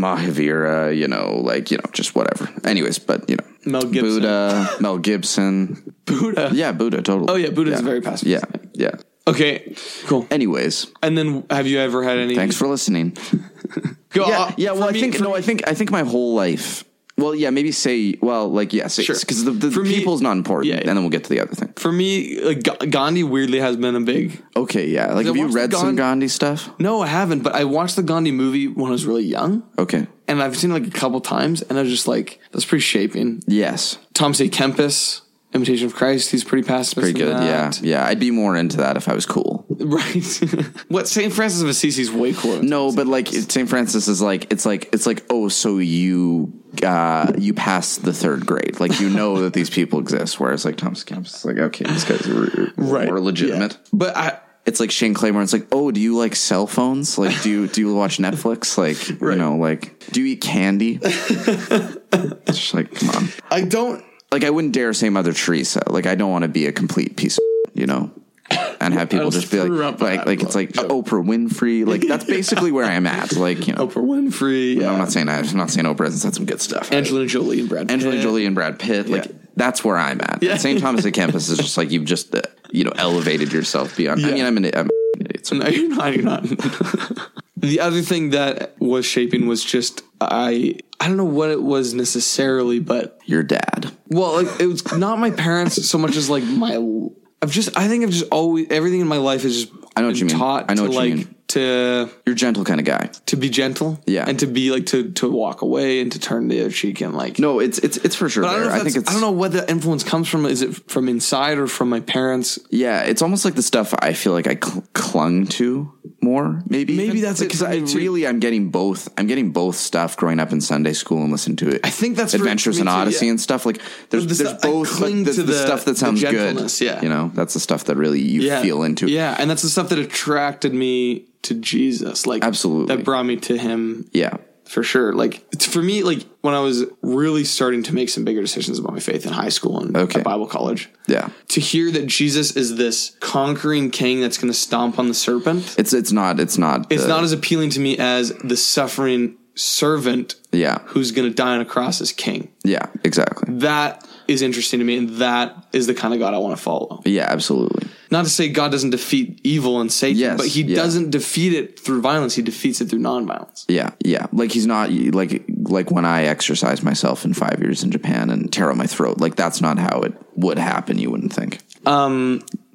Speaker 2: Mahavira. You know, like you know, just whatever. Anyways, but you know,
Speaker 1: Mel Gibson.
Speaker 2: Buddha, Mel Gibson.
Speaker 1: Buddha.
Speaker 2: Yeah, Buddha. Totally.
Speaker 1: Oh yeah, Buddha's very pacifist.
Speaker 2: Yeah, yeah.
Speaker 1: Okay, cool.
Speaker 2: Anyways,
Speaker 1: And then, have you ever had any?
Speaker 2: thanks for listening.
Speaker 1: Go,
Speaker 2: yeah,
Speaker 1: uh,
Speaker 2: yeah.
Speaker 1: for
Speaker 2: Well,
Speaker 1: me-
Speaker 2: I think
Speaker 1: for
Speaker 2: no. I think I think my whole life. Well, yeah. Maybe say. Well, like yeah. Say,
Speaker 1: Sure.
Speaker 2: Because the, the
Speaker 1: For me-
Speaker 2: people's not important,
Speaker 1: Yeah, yeah.
Speaker 2: and then we'll get to the other thing.
Speaker 1: for me, like, Ga- Gandhi weirdly has been a big.
Speaker 2: Okay. Yeah. Like, have you
Speaker 1: watched the
Speaker 2: read some
Speaker 1: Gandhi-
Speaker 2: Gandhi stuff?
Speaker 1: No, I haven't, but I watched the Gandhi movie when I was really young,
Speaker 2: Okay.
Speaker 1: and I've seen it like a couple times, and I was just like, that's pretty shaping.
Speaker 2: Yes.
Speaker 1: Tom C. Kempis, Imitation of Christ, he's pretty pacifist.
Speaker 2: Pretty
Speaker 1: in
Speaker 2: good. Yeah.
Speaker 1: that.
Speaker 2: Yeah. I'd be more into that if I was cool.
Speaker 1: *laughs* right. *laughs* what St. Francis of Assisi is way cooler.
Speaker 2: No, but like it- St. Francis is like it's like it's like oh, so you uh you passed the third grade, like you know that these people exist. Whereas like Thomas Campbell's is like okay, these guys are
Speaker 1: *laughs* Right.
Speaker 2: more legitimate.
Speaker 1: but I.
Speaker 2: it's like Shane Claiborne. It's like, oh, do you like cell phones? Like, do you do you watch Netflix? *laughs* Like, you know, like, do you
Speaker 1: *laughs*
Speaker 2: eat candy? it's just like, come on.
Speaker 1: I don't.
Speaker 2: Like, I wouldn't dare say Mother Teresa. Like, I don't want to be a complete piece, of you know, and have people just be
Speaker 1: screw up with
Speaker 2: like, like,
Speaker 1: that
Speaker 2: like it's like Oprah
Speaker 1: *laughs*
Speaker 2: Winfrey. Like, that's basically where I'm at. Like, you know,
Speaker 1: Oprah Winfrey. Yeah.
Speaker 2: I'm not saying I'm not saying Oprah's had some good stuff.
Speaker 1: Angelina Jolie and Brad.
Speaker 2: *laughs* Angelina
Speaker 1: Pitt.
Speaker 2: Jolie and Brad Pitt. Like
Speaker 1: Yeah.
Speaker 2: that's where I'm at.
Speaker 1: Yeah. *laughs*
Speaker 2: St. Thomas A. Campus is just like you've just uh, you know elevated yourself beyond. I
Speaker 1: Yeah.
Speaker 2: mean, I'm an, I'm an idiot. So
Speaker 1: No, you're not. You're not. *laughs* the other thing that was shaping was just I. I don't know what it was necessarily, but
Speaker 2: your dad.
Speaker 1: well, like, it was not my parents so much as like my. I've just. I think I've just always everything in my life is just.
Speaker 2: I know what you mean.
Speaker 1: Taught
Speaker 2: I know
Speaker 1: to
Speaker 2: what you
Speaker 1: like
Speaker 2: mean.
Speaker 1: to
Speaker 2: You're a gentle kind of guy.
Speaker 1: to be gentle,
Speaker 2: Yeah.
Speaker 1: and to be like to to walk away and to turn the other cheek and like
Speaker 2: No, it's it's it's for sure.
Speaker 1: I don't know.
Speaker 2: there.
Speaker 1: If
Speaker 2: I think
Speaker 1: that's-
Speaker 2: it's
Speaker 1: I don't know where the influence comes from. Is it from inside or from my parents?
Speaker 2: Yeah, it's almost like the stuff I feel like I cl- clung to more. Maybe
Speaker 1: Maybe
Speaker 2: even.
Speaker 1: that's
Speaker 2: Like,
Speaker 1: it
Speaker 2: 'cause
Speaker 1: for
Speaker 2: I
Speaker 1: me, too.
Speaker 2: really I'm getting both. I'm getting both stuff growing up in Sunday school and listening to it. I
Speaker 1: think that's for-
Speaker 2: Adventures
Speaker 1: for
Speaker 2: in
Speaker 1: me, too,
Speaker 2: Odyssey
Speaker 1: yeah.
Speaker 2: and stuff. Like there's
Speaker 1: the
Speaker 2: there's
Speaker 1: stuff- I
Speaker 2: both but
Speaker 1: cling
Speaker 2: there's
Speaker 1: to
Speaker 2: the,
Speaker 1: the-
Speaker 2: stuff that
Speaker 1: the
Speaker 2: sounds good.
Speaker 1: gentleness, yeah.
Speaker 2: you know that's the stuff that really you feel into.
Speaker 1: Yeah, and that's the stuff that attracted me to Jesus. Like
Speaker 2: Absolutely.
Speaker 1: that brought me to Him
Speaker 2: yeah,
Speaker 1: for sure. Like it's- for me, like when I was really starting to make some bigger decisions about my faith in high school and
Speaker 2: Okay.
Speaker 1: at Bible college,
Speaker 2: yeah.
Speaker 1: to hear that Jesus is this conquering King that's going to stomp on the serpent,
Speaker 2: It's it's not it's not
Speaker 1: it's not as appealing to me as the suffering servant
Speaker 2: yeah
Speaker 1: who's going to die on a cross as King.
Speaker 2: yeah exactly
Speaker 1: That is interesting to me, and that is the kind of God I want to follow.
Speaker 2: yeah absolutely
Speaker 1: not to say God doesn't defeat evil and Satan,
Speaker 2: Yes,
Speaker 1: but he
Speaker 2: yeah.
Speaker 1: doesn't defeat it through violence. He defeats it through nonviolence.
Speaker 2: yeah yeah like he's not like like when I exercise myself in five years in Japan and tear out my throat like that's not how it would happen you wouldn't think um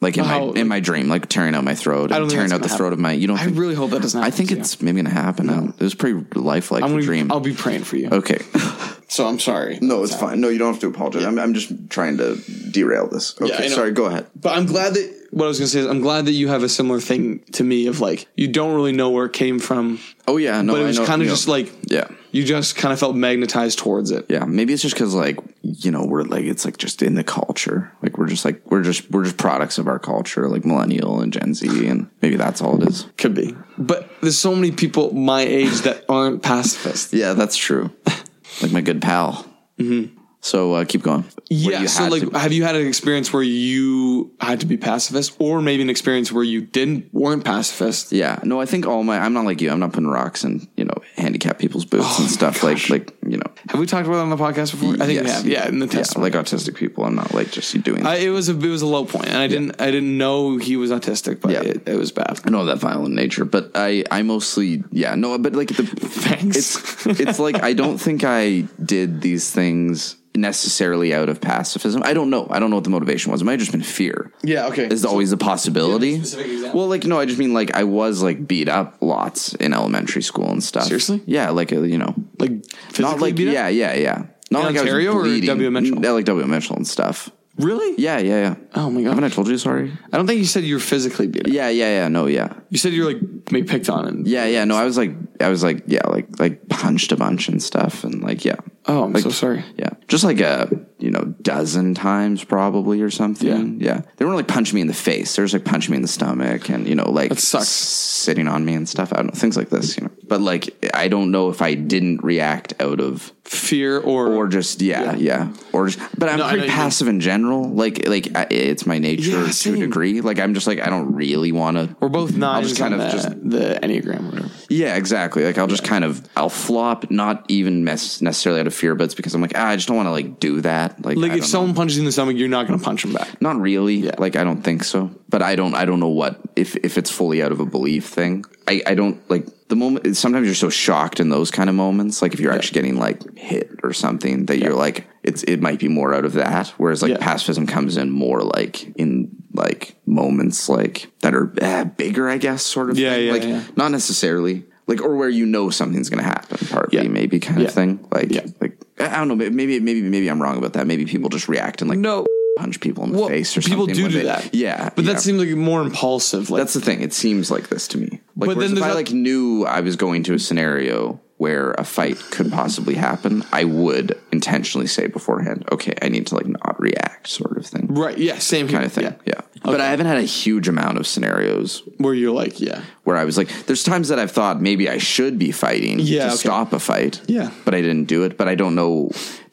Speaker 2: like in
Speaker 1: how-
Speaker 2: my in my dream like tearing out my throat
Speaker 1: don't
Speaker 2: and
Speaker 1: think
Speaker 2: tearing
Speaker 1: that's
Speaker 2: out the
Speaker 1: gonna
Speaker 2: throat of my you don't
Speaker 1: I
Speaker 2: think,
Speaker 1: really hope that doesn't
Speaker 2: I
Speaker 1: happen.
Speaker 2: think
Speaker 1: to you.
Speaker 2: it's maybe gonna happen no. it was pretty lifelike
Speaker 1: I'm
Speaker 2: a
Speaker 1: gonna-
Speaker 2: dream
Speaker 1: I'll be praying for you. *laughs*
Speaker 2: okay *laughs*
Speaker 1: So I'm sorry.
Speaker 2: no it's fine no you don't have to apologize I'm I'm just trying to derail this
Speaker 1: Okay, I know. sorry, go
Speaker 2: ahead
Speaker 1: But I'm glad that what I was gonna say is I'm glad that you have a similar thing to me of like you don't really know where it came from,
Speaker 2: oh yeah no
Speaker 1: but it was
Speaker 2: I know-
Speaker 1: kind of
Speaker 2: you know.
Speaker 1: just like
Speaker 2: yeah.
Speaker 1: you just kind of felt magnetized towards it.
Speaker 2: Yeah, maybe it's just because like you know we're like it's like just in the culture, like we're just like we're just we're just products of our culture, like millennial and Gen Z, and maybe that's all it is.
Speaker 1: Could be. But there's so many people my age that aren't pacifists.
Speaker 2: Yeah, that's true. *laughs* like my good pal. Mm-hmm. So uh, keep going. Where
Speaker 1: Yeah.
Speaker 2: you
Speaker 1: So
Speaker 2: had
Speaker 1: like,
Speaker 2: to-
Speaker 1: have you had an experience where you had to be pacifist, or maybe an experience where you didn't weren't pacifist?
Speaker 2: yeah, no, I think all my I'm not like you. I'm not putting rocks in you know handicapped people's boots and stuff. Like like you know,
Speaker 1: Have we talked about it on the podcast before? Oh I think we
Speaker 2: Yes.
Speaker 1: have. Yeah, in the test.
Speaker 2: Yeah, like autistic people. I'm not like just you doing.
Speaker 1: I, it was a it was a low point, and I didn't I didn't know he was autistic, but
Speaker 2: Yeah.
Speaker 1: it, it was bad.
Speaker 2: I know that violent nature, but I I mostly yeah no, but like the
Speaker 1: Thanks.
Speaker 2: It's it's like I don't think I did these things necessarily out of pacifism. I don't know. I don't know what the motivation was. It might have just been fear.
Speaker 1: Yeah, okay.
Speaker 2: Is always a possibility.
Speaker 1: specific example.
Speaker 2: well, like no, I just mean like I was like beat up lots in elementary school and stuff.
Speaker 1: Seriously?
Speaker 2: Yeah, like uh, you know,
Speaker 1: Like
Speaker 2: not
Speaker 1: physically
Speaker 2: like
Speaker 1: beat up?
Speaker 2: yeah, yeah, yeah.
Speaker 1: In
Speaker 2: Not like
Speaker 1: Ontario
Speaker 2: I
Speaker 1: or
Speaker 2: was bleeding.
Speaker 1: W.M. Mitchell?
Speaker 2: Yeah, like W. M. Mitchell and stuff.
Speaker 1: Really?
Speaker 2: Yeah, yeah, yeah.
Speaker 1: Oh my god.
Speaker 2: Haven't I told you? Sorry.
Speaker 1: I don't think you said you were physically beat up.
Speaker 2: Yeah, yeah, yeah. No, yeah.
Speaker 1: You said you were like made picked on and
Speaker 2: Yeah, yeah. No, I was like, I was like, yeah, like, like punched a bunch and stuff, and like, yeah.
Speaker 1: Oh, I'm
Speaker 2: Like,
Speaker 1: so sorry.
Speaker 2: Yeah, just like a you know dozen times probably or something. Yeah, They weren't like punch me in the face. They were just like punch me in the stomach and you know like that
Speaker 1: sucks.
Speaker 2: sitting on me and stuff. I don't know things like this. You know, but like I don't know if I didn't react out of
Speaker 1: Fear or,
Speaker 2: or just yeah yeah, or just but I'm
Speaker 1: No, I know
Speaker 2: pretty
Speaker 1: you mean.
Speaker 2: passive in general. Like like I, it's my nature
Speaker 1: Yeah,
Speaker 2: to
Speaker 1: same.
Speaker 2: a degree. Like I'm just like I don't really want to.
Speaker 1: we're both
Speaker 2: I'll
Speaker 1: nines
Speaker 2: just kind
Speaker 1: on
Speaker 2: of
Speaker 1: the,
Speaker 2: just
Speaker 1: the enneagram. Or whatever.
Speaker 2: yeah, exactly. Like I'll just kind of I'll flop, not even mess necessarily out of fear, but it's because I'm like ah, I just don't want to like do that. Like,
Speaker 1: Like
Speaker 2: I
Speaker 1: if
Speaker 2: don't
Speaker 1: someone punches you in the stomach, you're not going to punch them back.
Speaker 2: know. not really. Like I don't think so. But I don't I don't know what if if it's fully out of a belief thing. I I don't like the moment. Sometimes you're so shocked in those kind of moments. Like if you're actually getting like hit or something that you're like it's it might be more out of that. Whereas like
Speaker 1: Yeah.
Speaker 2: pacifism comes in more like in like moments like that are eh, bigger, I guess, sort of.
Speaker 1: Yeah,
Speaker 2: thing.
Speaker 1: yeah,
Speaker 2: Like
Speaker 1: yeah.
Speaker 2: not necessarily like or where you know something's going to happen partly
Speaker 1: Yeah.
Speaker 2: maybe kind
Speaker 1: Yeah.
Speaker 2: of thing like
Speaker 1: Yeah.
Speaker 2: like i I don't know maybe maybe maybe, maybe i'm wrong about that maybe people just react and like
Speaker 1: No.
Speaker 2: punch people in the
Speaker 1: Well,
Speaker 2: face or
Speaker 1: people
Speaker 2: something
Speaker 1: do
Speaker 2: when
Speaker 1: do
Speaker 2: they-
Speaker 1: that.
Speaker 2: yeah
Speaker 1: But
Speaker 2: yeah.
Speaker 1: that seems like more impulsive. Like
Speaker 2: that's the thing it seems like this to me like
Speaker 1: But
Speaker 2: but
Speaker 1: then
Speaker 2: if
Speaker 1: there's
Speaker 2: i
Speaker 1: not-
Speaker 2: like knew i was going to a scenario where a fight could possibly happen i would intentionally say beforehand okay i need to like not react sort of thing
Speaker 1: right. Yeah. Same
Speaker 2: kind of thing yeah, but i haven't had a huge amount of scenarios
Speaker 1: Where you're like, yeah,
Speaker 2: where I was like, there's times that I've thought maybe I should be fighting
Speaker 1: Yeah,
Speaker 2: to
Speaker 1: okay.
Speaker 2: stop a fight.
Speaker 1: Yeah.
Speaker 2: But I didn't do it. But I don't know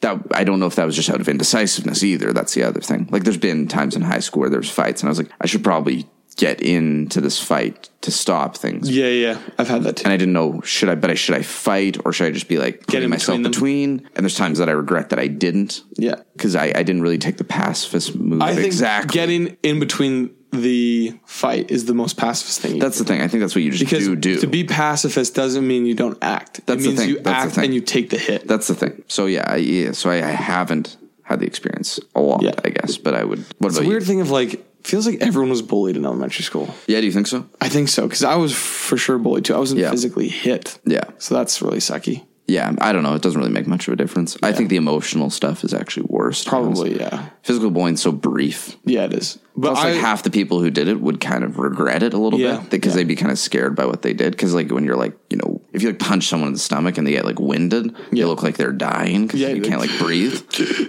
Speaker 2: that I don't know if that was just out of indecisiveness either. That's the other thing. Like there's been times in high school where there's fights and I was like, I should probably get into this fight to stop things.
Speaker 1: yeah, yeah. I've had that too.
Speaker 2: And I didn't know should I but I should I fight or should I just be like putting
Speaker 1: in
Speaker 2: myself
Speaker 1: between them.
Speaker 2: between? And there's times that I regret that I didn't.
Speaker 1: Yeah.
Speaker 2: Because I, I didn't really take the pacifist move
Speaker 1: I think
Speaker 2: exactly.
Speaker 1: getting in between the fight is the most pacifist thing. you
Speaker 2: that's the thing. I think that's what you just
Speaker 1: Because
Speaker 2: do do.
Speaker 1: to be pacifist doesn't mean you don't act.
Speaker 2: That's
Speaker 1: it
Speaker 2: the
Speaker 1: means
Speaker 2: thing.
Speaker 1: you
Speaker 2: That's the
Speaker 1: act
Speaker 2: thing.
Speaker 1: and you take the hit.
Speaker 2: That's the thing. So yeah, I, yeah. So I, I haven't had the experience a lot,
Speaker 1: Yeah.
Speaker 2: I guess. But I would. What
Speaker 1: the
Speaker 2: about
Speaker 1: weird thing of like feels like everyone was bullied in elementary school.
Speaker 2: you? Yeah, do you think so?
Speaker 1: I think so because I was for sure bullied too. I wasn't
Speaker 2: Yeah.
Speaker 1: physically hit.
Speaker 2: Yeah.
Speaker 1: so that's really sucky.
Speaker 2: Yeah, I don't know. It doesn't really make much of a difference. I think the emotional stuff is actually worse. to be honest.
Speaker 1: Probably yeah,
Speaker 2: Physical bullying's so brief.
Speaker 1: yeah it is. But
Speaker 2: Plus,
Speaker 1: I,
Speaker 2: like half the people who did it would kind of regret it a little
Speaker 1: Yeah.
Speaker 2: bit because
Speaker 1: Yeah.
Speaker 2: they'd be kind of scared by what they did. Because like when you're like, you know, if you like punch someone in the stomach and they get like winded, they look like they're dying because
Speaker 1: Yeah,
Speaker 2: you
Speaker 1: like- *laughs*
Speaker 2: can't like breathe.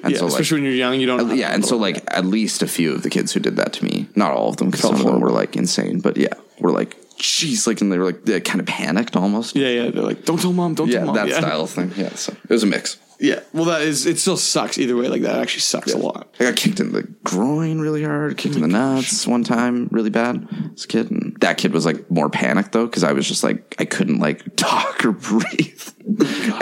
Speaker 2: And
Speaker 1: yeah,
Speaker 2: so like, Uh,
Speaker 1: especially when you're young, you don't.
Speaker 2: yeah, and so like at least a few of the kids who did that to me, not all of them, because some
Speaker 1: Felt
Speaker 2: of them were
Speaker 1: horrible.
Speaker 2: like insane, but yeah, were like, jeez, like, and they were like, they kind of panicked almost.
Speaker 1: yeah, yeah. They're like, don't tell mom, don't
Speaker 2: yeah,
Speaker 1: tell mom.
Speaker 2: that
Speaker 1: yeah.
Speaker 2: style thing. Yeah, so it was a mix.
Speaker 1: *laughs* Yeah, well, that is. It still sucks either way. Like that actually sucks a lot.
Speaker 2: I got kicked in the groin really hard, kicked
Speaker 1: Oh
Speaker 2: in the nuts one time really bad as a kid. And that kid was like more panicked though, because I was just like, I couldn't like *laughs* talk
Speaker 1: *laughs*
Speaker 2: or breathe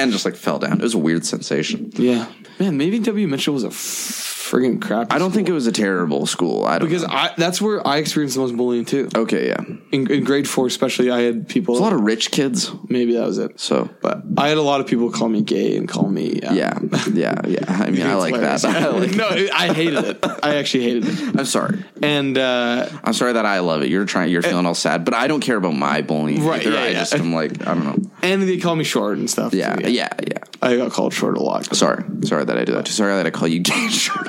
Speaker 2: and just like fell down. It was a weird sensation.
Speaker 1: Yeah, man. Maybe W. Mitchell was a friggin' crap.
Speaker 2: I don't think it was a terrible school. I don't
Speaker 1: because
Speaker 2: know.
Speaker 1: I that's where I experienced the most bullying too.
Speaker 2: okay, yeah. There's
Speaker 1: In, in grade four, especially, I had people.
Speaker 2: a lot of rich kids.
Speaker 1: maybe that was it.
Speaker 2: So,
Speaker 1: But I had a lot of people call me gay and call me. Uh,
Speaker 2: Yeah, yeah, yeah. I mean, I like
Speaker 1: hilarious.
Speaker 2: that. I like-
Speaker 1: no, *laughs* I hated it. I actually hated it.
Speaker 2: *laughs* I'm sorry.
Speaker 1: And uh,
Speaker 2: I'm sorry that I love it. You're trying. You're feeling all sad, but I don't care about my bullying.
Speaker 1: Right,
Speaker 2: Either.
Speaker 1: yeah,
Speaker 2: I
Speaker 1: yeah.
Speaker 2: just am like I don't *laughs* know.
Speaker 1: and they call me short and stuff.
Speaker 2: Yeah,
Speaker 1: too,
Speaker 2: yeah, yeah.
Speaker 1: I got called short a lot. *laughs*
Speaker 2: Sorry, sorry that I do that. too. Sorry that I call you *laughs* gay. short.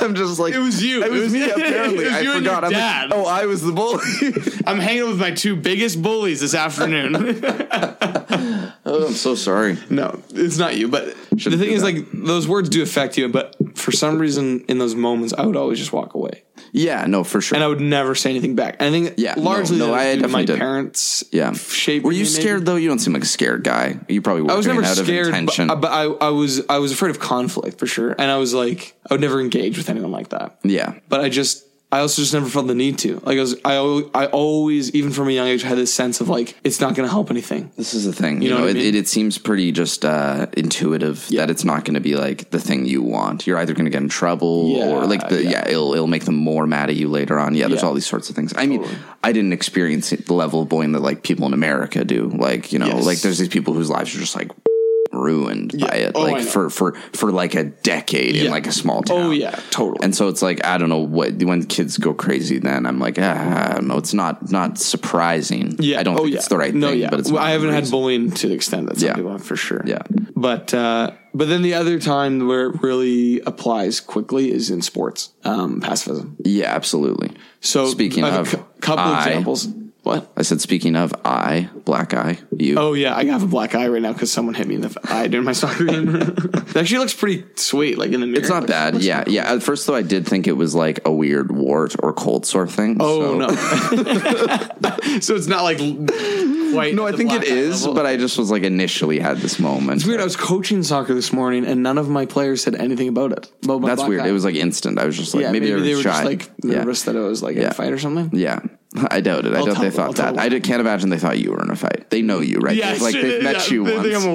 Speaker 2: I'm just like
Speaker 1: It was you.
Speaker 2: It
Speaker 1: *laughs*
Speaker 2: was,
Speaker 1: It was-
Speaker 2: me. Apparently,
Speaker 1: it was
Speaker 2: I
Speaker 1: you and your
Speaker 2: forgot. I'm like,
Speaker 1: dad.
Speaker 2: oh, I was the bully.
Speaker 1: I'm hanging with my two biggest bullies this afternoon.
Speaker 2: *laughs*
Speaker 1: *laughs*
Speaker 2: oh, I'm so sorry.
Speaker 1: no, it's not you. But the
Speaker 2: Shouldn't
Speaker 1: thing
Speaker 2: do
Speaker 1: is,
Speaker 2: that.
Speaker 1: like those words do affect you. But for some reason, in those moments, I would always just walk away,
Speaker 2: Yeah, no, for sure.
Speaker 1: and I would never say anything back. And I think
Speaker 2: Yeah, no,
Speaker 1: largely
Speaker 2: no,
Speaker 1: that was
Speaker 2: I
Speaker 1: due to
Speaker 2: definitely
Speaker 1: my
Speaker 2: did.
Speaker 1: parents.
Speaker 2: yeah.
Speaker 1: shape.
Speaker 2: Were you scared though? You don't seem like a scared guy. You probably were.
Speaker 1: I was
Speaker 2: doing
Speaker 1: never
Speaker 2: it out of
Speaker 1: scared,
Speaker 2: intention.
Speaker 1: but, but I, I was I was afraid of conflict for sure, and I was like I would never engage with anyone like that.
Speaker 2: yeah.
Speaker 1: But I just I also just never felt the need to. Like I was, I, al- I always, even from a young age, had this sense of like it's not going to help anything.
Speaker 2: This is the thing. You,
Speaker 1: know
Speaker 2: know,
Speaker 1: what I
Speaker 2: it,
Speaker 1: mean?
Speaker 2: it, it seems pretty just uh, intuitive that it's not going to be like the thing you want. You're either going to get in trouble or
Speaker 1: Yeah,
Speaker 2: like the,
Speaker 1: yeah.
Speaker 2: yeah. it'll, it'll make them more mad at you later on. Yeah, there's
Speaker 1: Yeah.
Speaker 2: all these sorts of things. I mean, I didn't experience it- the level of bullying that like people in America do. Like, you know,
Speaker 1: Yes.
Speaker 2: like there's these people whose lives are just like ruined by it
Speaker 1: Oh, I
Speaker 2: like
Speaker 1: know.
Speaker 2: for for for like a decade in
Speaker 1: Yeah.
Speaker 2: like a small town
Speaker 1: Oh, yeah, totally.
Speaker 2: and so it's like i don't know what when kids go crazy then i'm like ah, i don't know it's not not surprising
Speaker 1: Yeah,
Speaker 2: i don't
Speaker 1: oh,
Speaker 2: think
Speaker 1: yeah.
Speaker 2: it's the right
Speaker 1: no,
Speaker 2: thing
Speaker 1: yeah.
Speaker 2: but it's
Speaker 1: Well,
Speaker 2: not
Speaker 1: I haven't had
Speaker 2: unreasonable.
Speaker 1: bullying to the extent that some
Speaker 2: Yeah.
Speaker 1: people have for sure.
Speaker 2: Yeah.
Speaker 1: but uh, but then the other time where it really applies quickly is in sports, um, pacifism.
Speaker 2: Yeah, absolutely.
Speaker 1: So
Speaker 2: Speaking
Speaker 1: I have
Speaker 2: of,
Speaker 1: a cou- couple
Speaker 2: I-
Speaker 1: examples. What?
Speaker 2: I said, speaking of I, black eye, you.
Speaker 1: Oh yeah, I have a black eye right now because someone hit me in the eye during my soccer *laughs* game. it actually looks pretty sweet, like in the mirror.
Speaker 2: it's not bad. Yeah, yeah. At first, though, I did think it was like a weird wart or cold sore thing.
Speaker 1: Oh
Speaker 2: so.
Speaker 1: no. *laughs* so it's not like l- quite.
Speaker 2: No, I think it is, but I just was like initially had this moment.
Speaker 1: Weird. I was coaching soccer this morning, and none of my players said anything about it. About my
Speaker 2: That's
Speaker 1: black
Speaker 2: weird.
Speaker 1: eye.
Speaker 2: It was like instant. I was just like,
Speaker 1: yeah,
Speaker 2: maybe, they were, shy.
Speaker 1: just like
Speaker 2: yeah.
Speaker 1: nervous that I was like in
Speaker 2: Yeah.
Speaker 1: a fight or something.
Speaker 2: yeah. *laughs* I doubt it.
Speaker 1: tell
Speaker 2: I doubt they
Speaker 1: them. I'll
Speaker 2: thought
Speaker 1: tell
Speaker 2: that. I d- can't imagine they thought you were in a fight. They know you, right?
Speaker 1: Yeah,
Speaker 2: like
Speaker 1: sure,
Speaker 2: they've
Speaker 1: *laughs*
Speaker 2: met
Speaker 1: yeah,
Speaker 2: you
Speaker 1: they
Speaker 2: once.
Speaker 1: think I'm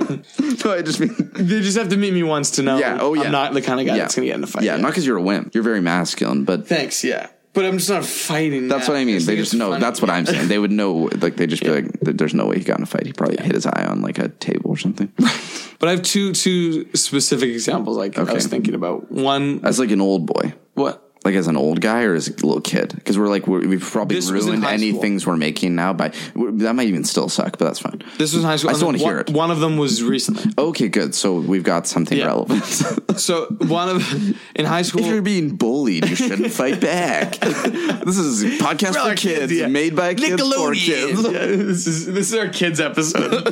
Speaker 1: a wimp,
Speaker 2: *laughs* no, I just mean
Speaker 1: They just have to meet me once to know.
Speaker 2: Yeah, oh, yeah.
Speaker 1: I'm not the kind of guy
Speaker 2: Yeah.
Speaker 1: that's gonna get in a fight.
Speaker 2: yeah, not because you're a wimp. You're very masculine, but
Speaker 1: Thanks. Yeah, but I'm just not fighting.
Speaker 2: That's
Speaker 1: now.
Speaker 2: what I mean.
Speaker 1: just
Speaker 2: They
Speaker 1: think
Speaker 2: just
Speaker 1: it's
Speaker 2: know.
Speaker 1: funny.
Speaker 2: That's what I'm saying. They would know. Like they just be like, "There's no way he got in a fight. He probably hit his eye on like a table or
Speaker 1: *laughs*
Speaker 2: something."
Speaker 1: But I have two two specific examples. Like I was thinking about one.
Speaker 2: as like an old boy,
Speaker 1: What?
Speaker 2: like as an old guy or as a little kid, because we're like we're, we've probably
Speaker 1: This was in
Speaker 2: ruined
Speaker 1: high
Speaker 2: any
Speaker 1: school.
Speaker 2: things we're making now. By we're- that might even still suck, but that's fine.
Speaker 1: This was in high school.
Speaker 2: I still
Speaker 1: And
Speaker 2: wanna
Speaker 1: one-
Speaker 2: hear it.
Speaker 1: One of them was recently.
Speaker 2: Okay, good. So we've got something
Speaker 1: Yeah. *laughs*
Speaker 2: relevant.
Speaker 1: So one of in high school.
Speaker 2: if you're being bullied,
Speaker 1: *laughs*
Speaker 2: you shouldn't fight back. this is a podcast
Speaker 1: Well,
Speaker 2: for kids,
Speaker 1: yeah.
Speaker 2: made by kids for kids.
Speaker 1: Yeah, this is this is our kids episode.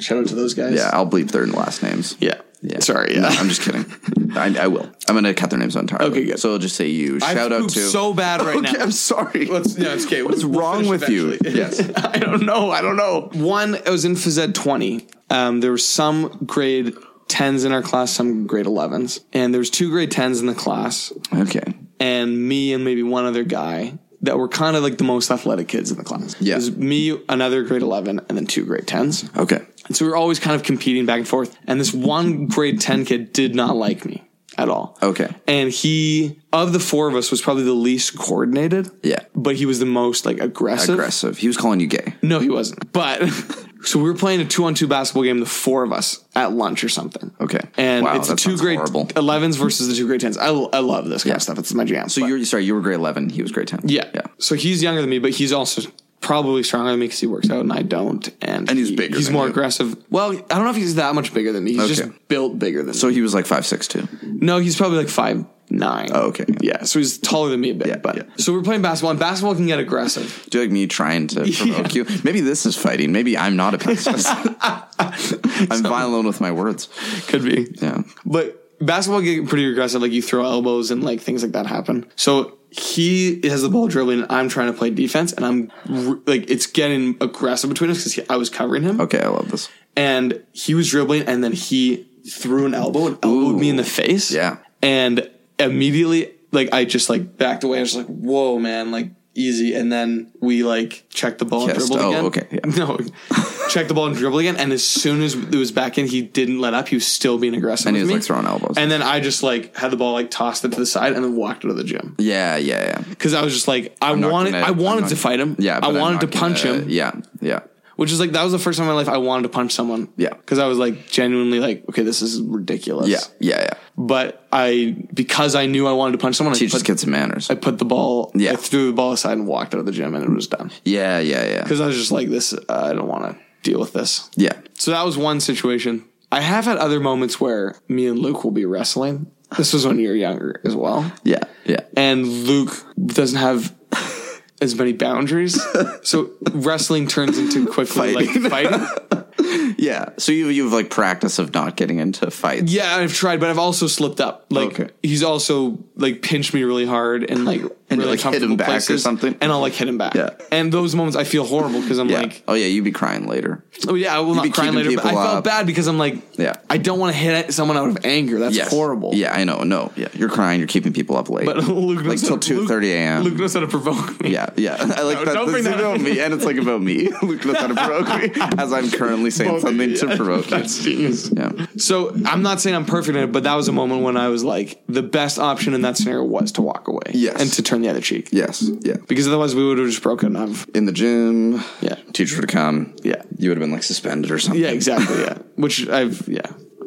Speaker 1: Shout out to those guys.
Speaker 2: Yeah, I'll bleep their last names.
Speaker 1: Yeah.
Speaker 2: Yeah.
Speaker 1: Sorry.
Speaker 2: No,
Speaker 1: Yeah.
Speaker 2: I'm just kidding. I, I will. I'm going to cut their names on entirely.
Speaker 1: Okay, good.
Speaker 2: So I'll just say you.
Speaker 1: I've
Speaker 2: Shout out
Speaker 1: pooped
Speaker 2: to.
Speaker 1: so bad right
Speaker 2: okay,
Speaker 1: now.
Speaker 2: I'm sorry.
Speaker 1: Let's, yeah, it's okay.
Speaker 2: What's wrong with you? Yes.
Speaker 1: *laughs* I don't know. I don't know. One, I was in phys ed 20. Um, there were some grade 10s in our class, some grade 11s. And there was two grade 10s in the class.
Speaker 2: Okay.
Speaker 1: and me and maybe one other guy that were kind of like the most athletic kids in the class.
Speaker 2: Yeah.
Speaker 1: It was me, another grade 11, and then two grade 10s.
Speaker 2: Okay.
Speaker 1: And so we were always kind of competing back and forth. And this one grade 10 kid did not like me at all.
Speaker 2: Okay.
Speaker 1: And he, of the four of us, was probably the least coordinated.
Speaker 2: Yeah.
Speaker 1: But he was the most like aggressive.
Speaker 2: Aggressive. He was calling you gay.
Speaker 1: No, he wasn't. But *laughs* so we were playing a two on two basketball game, the four of us at lunch or something.
Speaker 2: Okay.
Speaker 1: And
Speaker 2: Wow,
Speaker 1: it's the
Speaker 2: that
Speaker 1: two oh,
Speaker 2: sounds
Speaker 1: grade
Speaker 2: horrible.
Speaker 1: 11s versus the two grade 10s. I, I love this kind
Speaker 2: Yeah.
Speaker 1: of stuff. It's my jam.
Speaker 2: So you're sorry. You were grade 11. He was grade 10.
Speaker 1: Yeah.
Speaker 2: Yeah.
Speaker 1: So he's younger than me, but he's also probably stronger than me because he works out and I don't. And,
Speaker 2: And he's
Speaker 1: he-
Speaker 2: bigger
Speaker 1: He's
Speaker 2: than
Speaker 1: more
Speaker 2: you.
Speaker 1: aggressive. Well, I don't know if he's that much bigger than me. He's
Speaker 2: Okay.
Speaker 1: just built bigger than
Speaker 2: So
Speaker 1: me.
Speaker 2: he was like five six two.
Speaker 1: No, he's probably like five nine. *laughs*
Speaker 2: Oh, okay.
Speaker 1: Yeah. So he's taller than me a bit.
Speaker 2: Yeah,
Speaker 1: but
Speaker 2: yeah.
Speaker 1: so we're playing basketball and basketball can get aggressive.
Speaker 2: Do you like me
Speaker 1: *laughs*
Speaker 2: trying to provoke you? Maybe this is fighting. Maybe I'm not a *laughs* pacifist. I'm violent with my words.
Speaker 1: Could be.
Speaker 2: Yeah.
Speaker 1: But basketball can get pretty aggressive. Like you throw elbows and like things like that happen. So he has the ball dribbling and I'm trying to play defense and I'm r- like, it's getting aggressive between us because I was covering him.
Speaker 2: Okay. I love this.
Speaker 1: and he was dribbling and then he threw an elbow and elbowed me in the face.
Speaker 2: Yeah.
Speaker 1: And immediately like I just like backed away. I was like, whoa man, like easy. And then we like checked the ball
Speaker 2: Kissed.
Speaker 1: and dribbled again. *laughs*
Speaker 2: Oh, okay, yeah.
Speaker 1: No. checked the ball and dribbled again. And as soon as it was back in, he didn't let up. He was still being aggressive.
Speaker 2: And he
Speaker 1: with
Speaker 2: was
Speaker 1: me.
Speaker 2: like throwing elbows.
Speaker 1: And then I just like had the ball like tossed it to the side and then walked out of the gym.
Speaker 2: Yeah. Yeah. Yeah.
Speaker 1: Because I was just like I
Speaker 2: not
Speaker 1: wanted
Speaker 2: gonna-
Speaker 1: I wanted
Speaker 2: I'm not-
Speaker 1: to fight him.
Speaker 2: Yeah.
Speaker 1: I
Speaker 2: but I'm
Speaker 1: wanted
Speaker 2: not
Speaker 1: to punch
Speaker 2: gonna-
Speaker 1: him
Speaker 2: Yeah. Yeah.
Speaker 1: which is like that was the first time in my life I wanted to punch someone.
Speaker 2: Yeah.
Speaker 1: because I was like genuinely like, okay, this is ridiculous.
Speaker 2: Yeah. Yeah. Yeah.
Speaker 1: but I because I knew I wanted to punch someone, I
Speaker 2: Teach
Speaker 1: put,
Speaker 2: kids some manners.
Speaker 1: I put the ball.
Speaker 2: Yeah.
Speaker 1: I threw the ball aside and walked out of the gym, and it was done.
Speaker 2: Yeah, yeah, yeah.
Speaker 1: Because I was just like, this, uh, I don't want to deal with this.
Speaker 2: Yeah.
Speaker 1: So that was one situation. I have had other moments where me and Luke will be wrestling. This was when you were younger as well,
Speaker 2: Yeah. Yeah.
Speaker 1: and Luke doesn't have. As many
Speaker 2: *laughs*
Speaker 1: boundaries, so wrestling turns into quickly like fighting.
Speaker 2: Yeah. So you you've like practice of not getting into fights.
Speaker 1: Yeah, I've tried, but I've also slipped up. Like
Speaker 2: Okay.
Speaker 1: he's also like pinched me really hard and like
Speaker 2: *laughs* And
Speaker 1: really
Speaker 2: like, hit
Speaker 1: comfortable
Speaker 2: 'em back or
Speaker 1: places,
Speaker 2: something?
Speaker 1: and I'll like hit him back.
Speaker 2: Yeah.
Speaker 1: And those moments I feel horrible because I'm
Speaker 2: Yeah.
Speaker 1: like,
Speaker 2: oh yeah, you'd be crying later.
Speaker 1: oh yeah, I will
Speaker 2: be
Speaker 1: not cry
Speaker 2: keeping
Speaker 1: later. But I
Speaker 2: people
Speaker 1: felt
Speaker 2: up.
Speaker 1: bad because I'm like,
Speaker 2: Yeah.
Speaker 1: I don't want to hit someone out of anger. That's
Speaker 2: Yes.
Speaker 1: horrible.
Speaker 2: Yeah, I know. No, yeah, you're crying. You're keeping people up late.
Speaker 1: But *laughs* Luke
Speaker 2: like *laughs*
Speaker 1: knows
Speaker 2: till
Speaker 1: how to-
Speaker 2: two thirty a.m.
Speaker 1: Luke knows how to provoke me.
Speaker 2: yeah, yeah. *laughs* I like
Speaker 1: No,
Speaker 2: that.
Speaker 1: don't
Speaker 2: This
Speaker 1: bring
Speaker 2: is
Speaker 1: that
Speaker 2: about
Speaker 1: up.
Speaker 2: me, and it's like about *laughs* me. Luke knows how to provoke me, as I'm currently saying something *laughs* to provoke
Speaker 1: *laughs*
Speaker 2: you.
Speaker 1: That's genius.
Speaker 2: Yeah.
Speaker 1: So I'm not saying I'm perfect in it, but that was a moment when I was like, the best option in that scenario was to walk away.
Speaker 2: Yes.
Speaker 1: And to turn the other cheek.
Speaker 2: Yes. Yeah.
Speaker 1: Because otherwise we would have just broken up.
Speaker 2: In the gym.
Speaker 1: Yeah.
Speaker 2: Teacher would come.
Speaker 1: Yeah.
Speaker 2: You would have been like suspended or something.
Speaker 1: Yeah, exactly. Yeah. Which I've, yeah.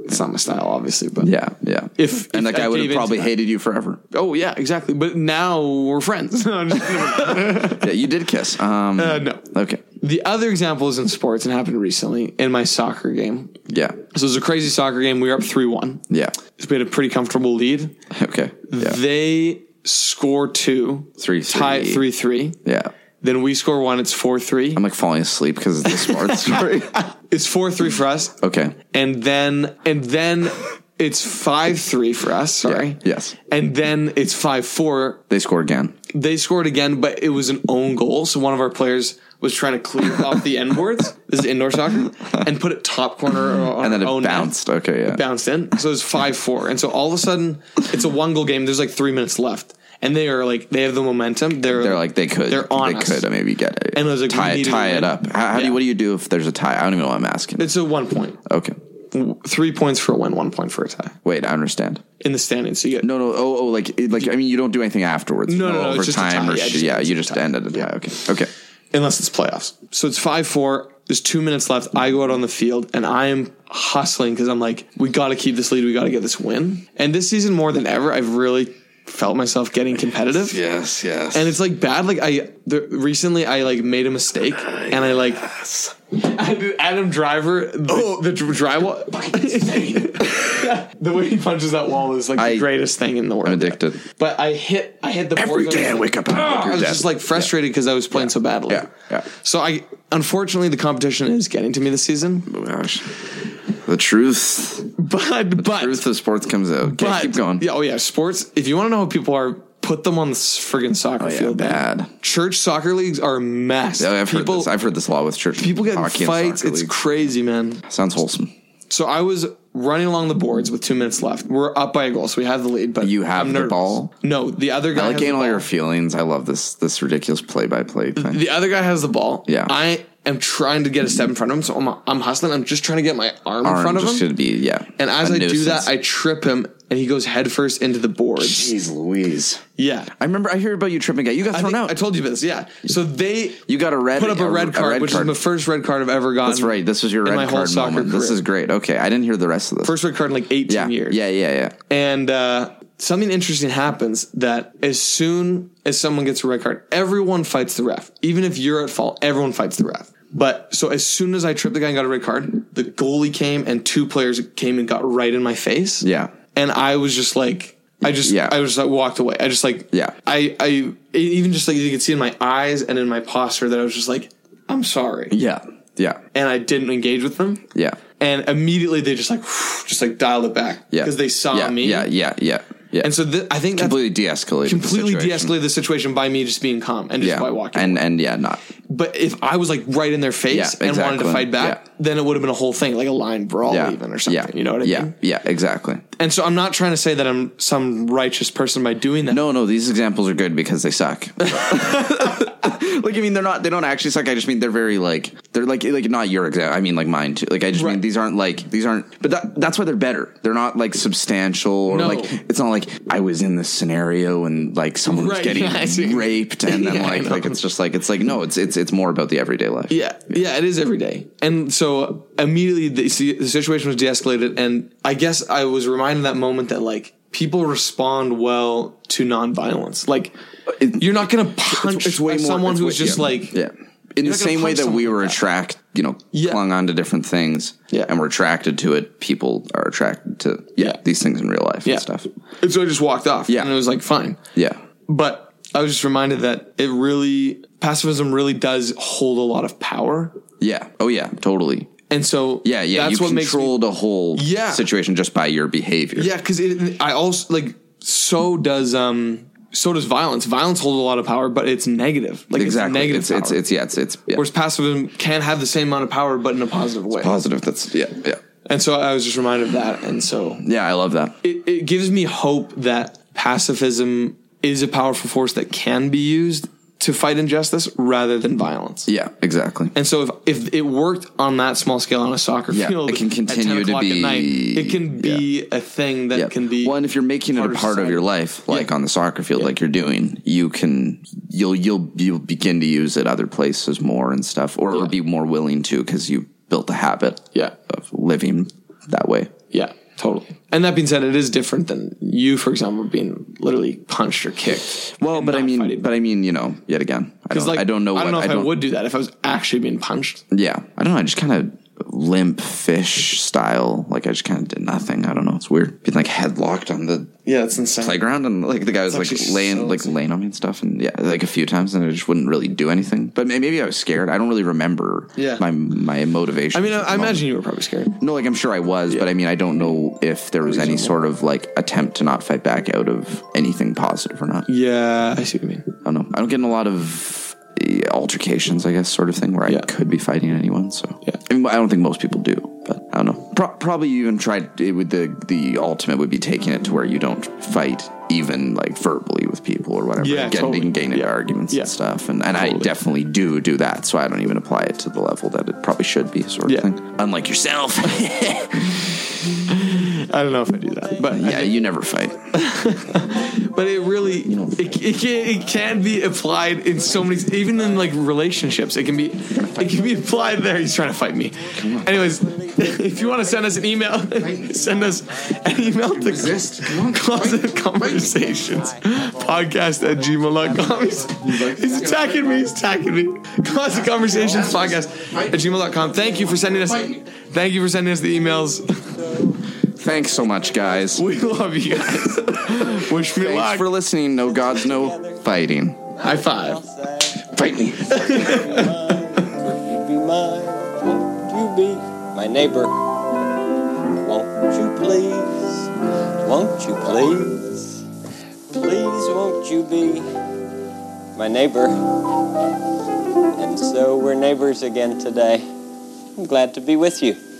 Speaker 1: It's not my style, obviously, but.
Speaker 2: Yeah. Yeah.
Speaker 1: If,
Speaker 2: and
Speaker 1: if
Speaker 2: that
Speaker 1: I
Speaker 2: guy would
Speaker 1: gave
Speaker 2: have
Speaker 1: in to
Speaker 2: probably
Speaker 1: that-
Speaker 2: hated you forever.
Speaker 1: Oh yeah, exactly. But now we're friends. *laughs* No, I'm just kidding.
Speaker 2: Yeah, you did
Speaker 1: *laughs*
Speaker 2: kiss. Um,
Speaker 1: Uh, no.
Speaker 2: Okay.
Speaker 1: The other example is in sports and happened recently in my soccer game.
Speaker 2: Yeah.
Speaker 1: So it was a crazy soccer game. We were up three one.
Speaker 2: Yeah. *laughs*
Speaker 1: We had a pretty comfortable lead.
Speaker 2: Okay. Yeah.
Speaker 1: They score two,
Speaker 2: Three,
Speaker 1: tie it
Speaker 2: three.
Speaker 1: three three.
Speaker 2: yeah.
Speaker 1: Then we score one. It's four three.
Speaker 2: I'm like falling asleep because of
Speaker 1: *laughs*
Speaker 2: the sports story.
Speaker 1: It's four three for us,
Speaker 2: Okay.
Speaker 1: and then and then it's five three for us. Sorry.
Speaker 2: Yeah, yes.
Speaker 1: And then it's five four
Speaker 2: They score again.
Speaker 1: they scored again, but it was an own goal. So one of our players was trying to clear off the end boards. This is indoor soccer, and put it top corner on
Speaker 2: And then it
Speaker 1: our own net.
Speaker 2: bounced. Okay. Yeah.
Speaker 1: bounced in. So it was five four, and so all of a sudden it's a one goal game. There's like three minutes left, and they are like they have the momentum. They're,
Speaker 2: They're like they could.
Speaker 1: They're on
Speaker 2: They
Speaker 1: us.
Speaker 2: could maybe get it.
Speaker 1: And I was like, we
Speaker 2: tie,
Speaker 1: needed to
Speaker 2: tie it
Speaker 1: win.
Speaker 2: up. How, how do
Speaker 1: Yeah.
Speaker 2: you, what do you do if there's a tie? I don't even know what I'm asking.
Speaker 1: it's a one point,
Speaker 2: okay.
Speaker 1: three points for a win, one point for a tie
Speaker 2: Wait, I understand.
Speaker 1: in the standings. So you get
Speaker 2: No, no. Oh, oh. Like, it, like. I mean, you don't do anything afterwards.
Speaker 1: No, no, no, it's just a
Speaker 2: overtime
Speaker 1: tie.
Speaker 2: or
Speaker 1: Yeah,
Speaker 2: shit.
Speaker 1: just-
Speaker 2: yeah.
Speaker 1: it's
Speaker 2: You
Speaker 1: just a
Speaker 2: just
Speaker 1: tie.
Speaker 2: ended a tie. Okay. Okay.
Speaker 1: unless it's playoffs. So it's five four. There's two minutes left. I go out on the field and I am hustling because I'm like, we got to keep this lead. We got to get this win. And this season more than ever, I've really felt myself getting competitive.
Speaker 2: Yes. Yes.
Speaker 1: And it's like bad. Like I the, recently, I like made a mistake and I like Adam Driver. The, oh, the dr- drywall.
Speaker 2: *laughs*
Speaker 1: *laughs* the way he punches that wall is like
Speaker 2: I-
Speaker 1: the greatest thing in the world.
Speaker 2: I'm addicted.
Speaker 1: But I hit. I hit the
Speaker 2: Every
Speaker 1: boards
Speaker 2: day I
Speaker 1: and was like,
Speaker 2: wake up and
Speaker 1: "Ah!"
Speaker 2: I'm
Speaker 1: I was just like frustrated because I was playing so badly.
Speaker 2: Yeah, yeah.
Speaker 1: So I unfortunately the competition is getting to me this season.
Speaker 2: Oh, gosh. The truth.
Speaker 1: But but
Speaker 2: Truth of sports comes out. Okay,
Speaker 1: but
Speaker 2: keep going.
Speaker 1: Yeah, oh yeah, sports. If you want to know how people are, put them on this friggin' soccer
Speaker 2: Oh, yeah,
Speaker 1: field. man.
Speaker 2: bad.
Speaker 1: Church soccer leagues are a mess.
Speaker 2: Oh, I've heard
Speaker 1: people,
Speaker 2: this. I've heard this a lot with church.
Speaker 1: people get in
Speaker 2: hockey and
Speaker 1: fights.
Speaker 2: soccer
Speaker 1: It's
Speaker 2: leagues.
Speaker 1: crazy, man.
Speaker 2: sounds wholesome.
Speaker 1: So I was running along the boards with two minutes left. We're up by a goal, so we have the lead. But
Speaker 2: You have
Speaker 1: I'm
Speaker 2: the
Speaker 1: nervous.
Speaker 2: ball?
Speaker 1: No, the other guy.
Speaker 2: I like
Speaker 1: has the
Speaker 2: getting all
Speaker 1: ball.
Speaker 2: your feelings. I love this this ridiculous play by play thing.
Speaker 1: The other guy has the ball.
Speaker 2: Yeah.
Speaker 1: I am trying to get a step in front of him, so I'm, I'm hustling. I'm just trying to get my arm, in
Speaker 2: Arm
Speaker 1: front of
Speaker 2: just
Speaker 1: him.
Speaker 2: should be yeah.
Speaker 1: and as
Speaker 2: a
Speaker 1: I do
Speaker 2: nuisance.
Speaker 1: that, I trip him, and he goes headfirst into the boards.
Speaker 2: jeez Louise.
Speaker 1: Yeah.
Speaker 2: I remember I hear about you tripping. Out. You got
Speaker 1: I,
Speaker 2: thrown
Speaker 1: think-
Speaker 2: out.
Speaker 1: I told you this, yeah. So they
Speaker 2: you got a red.
Speaker 1: put up a red card,
Speaker 2: red
Speaker 1: which is the first red card I've ever gotten.
Speaker 2: That's right. This was your
Speaker 1: in
Speaker 2: red
Speaker 1: my whole
Speaker 2: card
Speaker 1: soccer
Speaker 2: moment. This
Speaker 1: career.
Speaker 2: is great. Okay, I didn't hear the rest of this.
Speaker 1: First red card in like 18
Speaker 2: yeah,
Speaker 1: years.
Speaker 2: yeah, yeah, yeah.
Speaker 1: And uh, something interesting happens that as soon as someone gets a red card, everyone fights the ref. Even if you're at fault, everyone fights the ref. But so as soon as I tripped the guy and got a red card, the goalie came and two players came and got right in my face.
Speaker 2: Yeah.
Speaker 1: And I was just like, I just,
Speaker 2: Yeah.
Speaker 1: I just like walked away. I just like,
Speaker 2: Yeah.
Speaker 1: I, I, even just like you could see in my eyes and in my posture that I was just like, I'm sorry.
Speaker 2: Yeah, yeah,
Speaker 1: And I didn't engage with them.
Speaker 2: yeah,
Speaker 1: And immediately they just like, *sighs* just like dialed it back.
Speaker 2: yeah.
Speaker 1: Because they saw
Speaker 2: yeah,
Speaker 1: me.
Speaker 2: Yeah, yeah, yeah, yeah.
Speaker 1: And so th- I think that's
Speaker 2: completely de-escalated.
Speaker 1: completely
Speaker 2: the situation.
Speaker 1: de-escalated the situation by me just being calm and just
Speaker 2: Yeah,
Speaker 1: by walking.
Speaker 2: and and yeah, not
Speaker 1: but if I was like right in their face
Speaker 2: Yeah,
Speaker 1: and wanted
Speaker 2: exactly.
Speaker 1: to fight back,
Speaker 2: Yeah.
Speaker 1: then it would have been a whole thing, like a line brawl
Speaker 2: yeah,
Speaker 1: even or something.
Speaker 2: Yeah,
Speaker 1: You know what I
Speaker 2: yeah,
Speaker 1: mean?
Speaker 2: Yeah, yeah, exactly.
Speaker 1: And so I'm not trying to say that I'm some righteous person by doing that.
Speaker 2: No, no, these examples are good because
Speaker 1: *laughs*
Speaker 2: they suck. like I mean, they're not. They don't actually suck. I just mean they're very like they're like like not your example. I mean like mine too. Like I just mean
Speaker 1: Right.
Speaker 2: these aren't like these aren't. But that, that's why they're better. They're not like substantial or
Speaker 1: No.
Speaker 2: like it's not like I was in this scenario and like someone was
Speaker 1: Right, *laughs*
Speaker 2: getting
Speaker 1: yeah, I see.
Speaker 2: raped and
Speaker 1: *laughs*
Speaker 2: then
Speaker 1: Yeah, I
Speaker 2: like
Speaker 1: know.
Speaker 2: like it's just like it's like no, it's it's it's more about the everyday life.
Speaker 1: Yeah, yeah, it is every day. And so immediately the, see, the situation was de-escalated, and I guess I was reminded in that moment that like people respond well to non-violence. Like
Speaker 2: It-
Speaker 1: you're not gonna punch someone
Speaker 2: it's
Speaker 1: who's
Speaker 2: way-
Speaker 1: just
Speaker 2: yeah.
Speaker 1: like
Speaker 2: yeah.
Speaker 1: not
Speaker 2: In the
Speaker 1: gonna
Speaker 2: same way
Speaker 1: punch
Speaker 2: that we
Speaker 1: someone
Speaker 2: were
Speaker 1: like that.
Speaker 2: attracted, you know,
Speaker 1: Yeah.
Speaker 2: clung on to different things,
Speaker 1: Yeah.
Speaker 2: and we're attracted to it. People are attracted to yeah,
Speaker 1: Yeah.
Speaker 2: these things in real life
Speaker 1: yeah
Speaker 2: and stuff.
Speaker 1: And so I just walked off.
Speaker 2: Yeah.
Speaker 1: and it was like fine.
Speaker 2: Yeah,
Speaker 1: But I was just reminded that it really pacifism really does hold a lot of power,
Speaker 2: yeah, oh yeah, totally.
Speaker 1: and so
Speaker 2: Yeah, yeah.
Speaker 1: that's
Speaker 2: you
Speaker 1: what makes me,
Speaker 2: control the whole
Speaker 1: Yeah.
Speaker 2: situation just by your behavior.
Speaker 1: yeah, because I also like so does um so does violence. Violence holds a lot of power, but it's negative. Like
Speaker 2: exactly.
Speaker 1: it's negative.
Speaker 2: It's, it's
Speaker 1: power.
Speaker 2: it's yeah. It's it's yeah.
Speaker 1: Whereas pacifism can have the same amount of power, but in a positive way.
Speaker 2: positive. That's yeah yeah
Speaker 1: and so I was just reminded of that. And so
Speaker 2: yeah. I love that.
Speaker 1: it, it gives me hope that pacifism is a powerful force that can be used to fight injustice rather than violence.
Speaker 2: Yeah, exactly.
Speaker 1: And so if, if it worked on that small scale on a soccer
Speaker 2: Yeah,
Speaker 1: field,
Speaker 2: it can continue to
Speaker 1: o'clock
Speaker 2: be-
Speaker 1: it can be a thing that
Speaker 2: Yeah.
Speaker 1: can be
Speaker 2: well, and if you're making it a
Speaker 1: part of
Speaker 2: part of
Speaker 1: society.
Speaker 2: your life, like on the soccer field, like you're doing, you can you'll you'll you'll begin to use it other places more and stuff, or, or be more willing to because you built a habit
Speaker 1: Yeah.
Speaker 2: of living that way.
Speaker 1: Yeah, totally. And that being said, it is different than you, for example, being literally punched or kicked.
Speaker 2: Well, but I
Speaker 1: not
Speaker 2: mean,
Speaker 1: fighting.
Speaker 2: but I mean, you know, yet again, I don't,
Speaker 1: It's like,
Speaker 2: I don't know.
Speaker 1: I don't
Speaker 2: what,
Speaker 1: know if I,
Speaker 2: don't,
Speaker 1: would do that if I was actually being punched.
Speaker 2: Yeah, I don't know. I just kind of limp fish style. Like I just kind of did nothing. I don't know. It's weird being like headlocked on the
Speaker 1: Yeah, that's insane.
Speaker 2: playground and like the guy was
Speaker 1: actually
Speaker 2: like laying
Speaker 1: so
Speaker 2: like laying on me and stuff and yeah like a few times and I just wouldn't really do anything but may- maybe I was scared I don't really remember
Speaker 1: Yeah.
Speaker 2: my my motivation
Speaker 1: I mean, I, I imagine you were probably scared.
Speaker 2: no like I'm sure I was but I mean I don't know if there was any sort of like attempt to not fight back out of anything positive or not I
Speaker 1: Yeah, I see what you mean.
Speaker 2: don't know I don't get in a lot of eh, altercations I guess sort of thing where
Speaker 1: Yeah.
Speaker 2: I could be fighting anyone so
Speaker 1: Yeah.
Speaker 2: I, mean, I don't think most people do but I don't know Pro- probably even tried it would the the ultimate would be taking it to where you don't fight even like verbally with people or whatever
Speaker 1: Yeah,
Speaker 2: getting
Speaker 1: totally.
Speaker 2: getting into
Speaker 1: Yeah.
Speaker 2: arguments
Speaker 1: Yeah.
Speaker 2: and stuff and, and I
Speaker 1: Totally.
Speaker 2: definitely do do that so I don't even apply it to the level that it probably should be sort of
Speaker 1: Yeah.
Speaker 2: thing unlike
Speaker 1: *laughs*
Speaker 2: yourself
Speaker 1: I don't know if I do that, but
Speaker 2: yeah you never fight
Speaker 1: but it really it, it, can, it can be applied in so many even in like relationships it can be it can be applied there he's trying to fight me anyways *laughs* if you want to send us an email *laughs* send us an email to closet conversations podcast at gmail.com he's, he's attacking me he's attacking me closet conversations podcast at gmail.com thank you for sending us thank you for sending us the emails *laughs*
Speaker 2: thanks so much guys
Speaker 1: we love you
Speaker 2: *laughs*
Speaker 1: guys wish me
Speaker 2: thanks
Speaker 1: luck
Speaker 2: for listening no gods no fighting
Speaker 1: high five
Speaker 2: fight me
Speaker 3: Would you be mine? Won't you be my neighbor? Won't you please? Won't you please? Please, won't you be my neighbor? And so we're neighbors again today. I'm glad to be with you.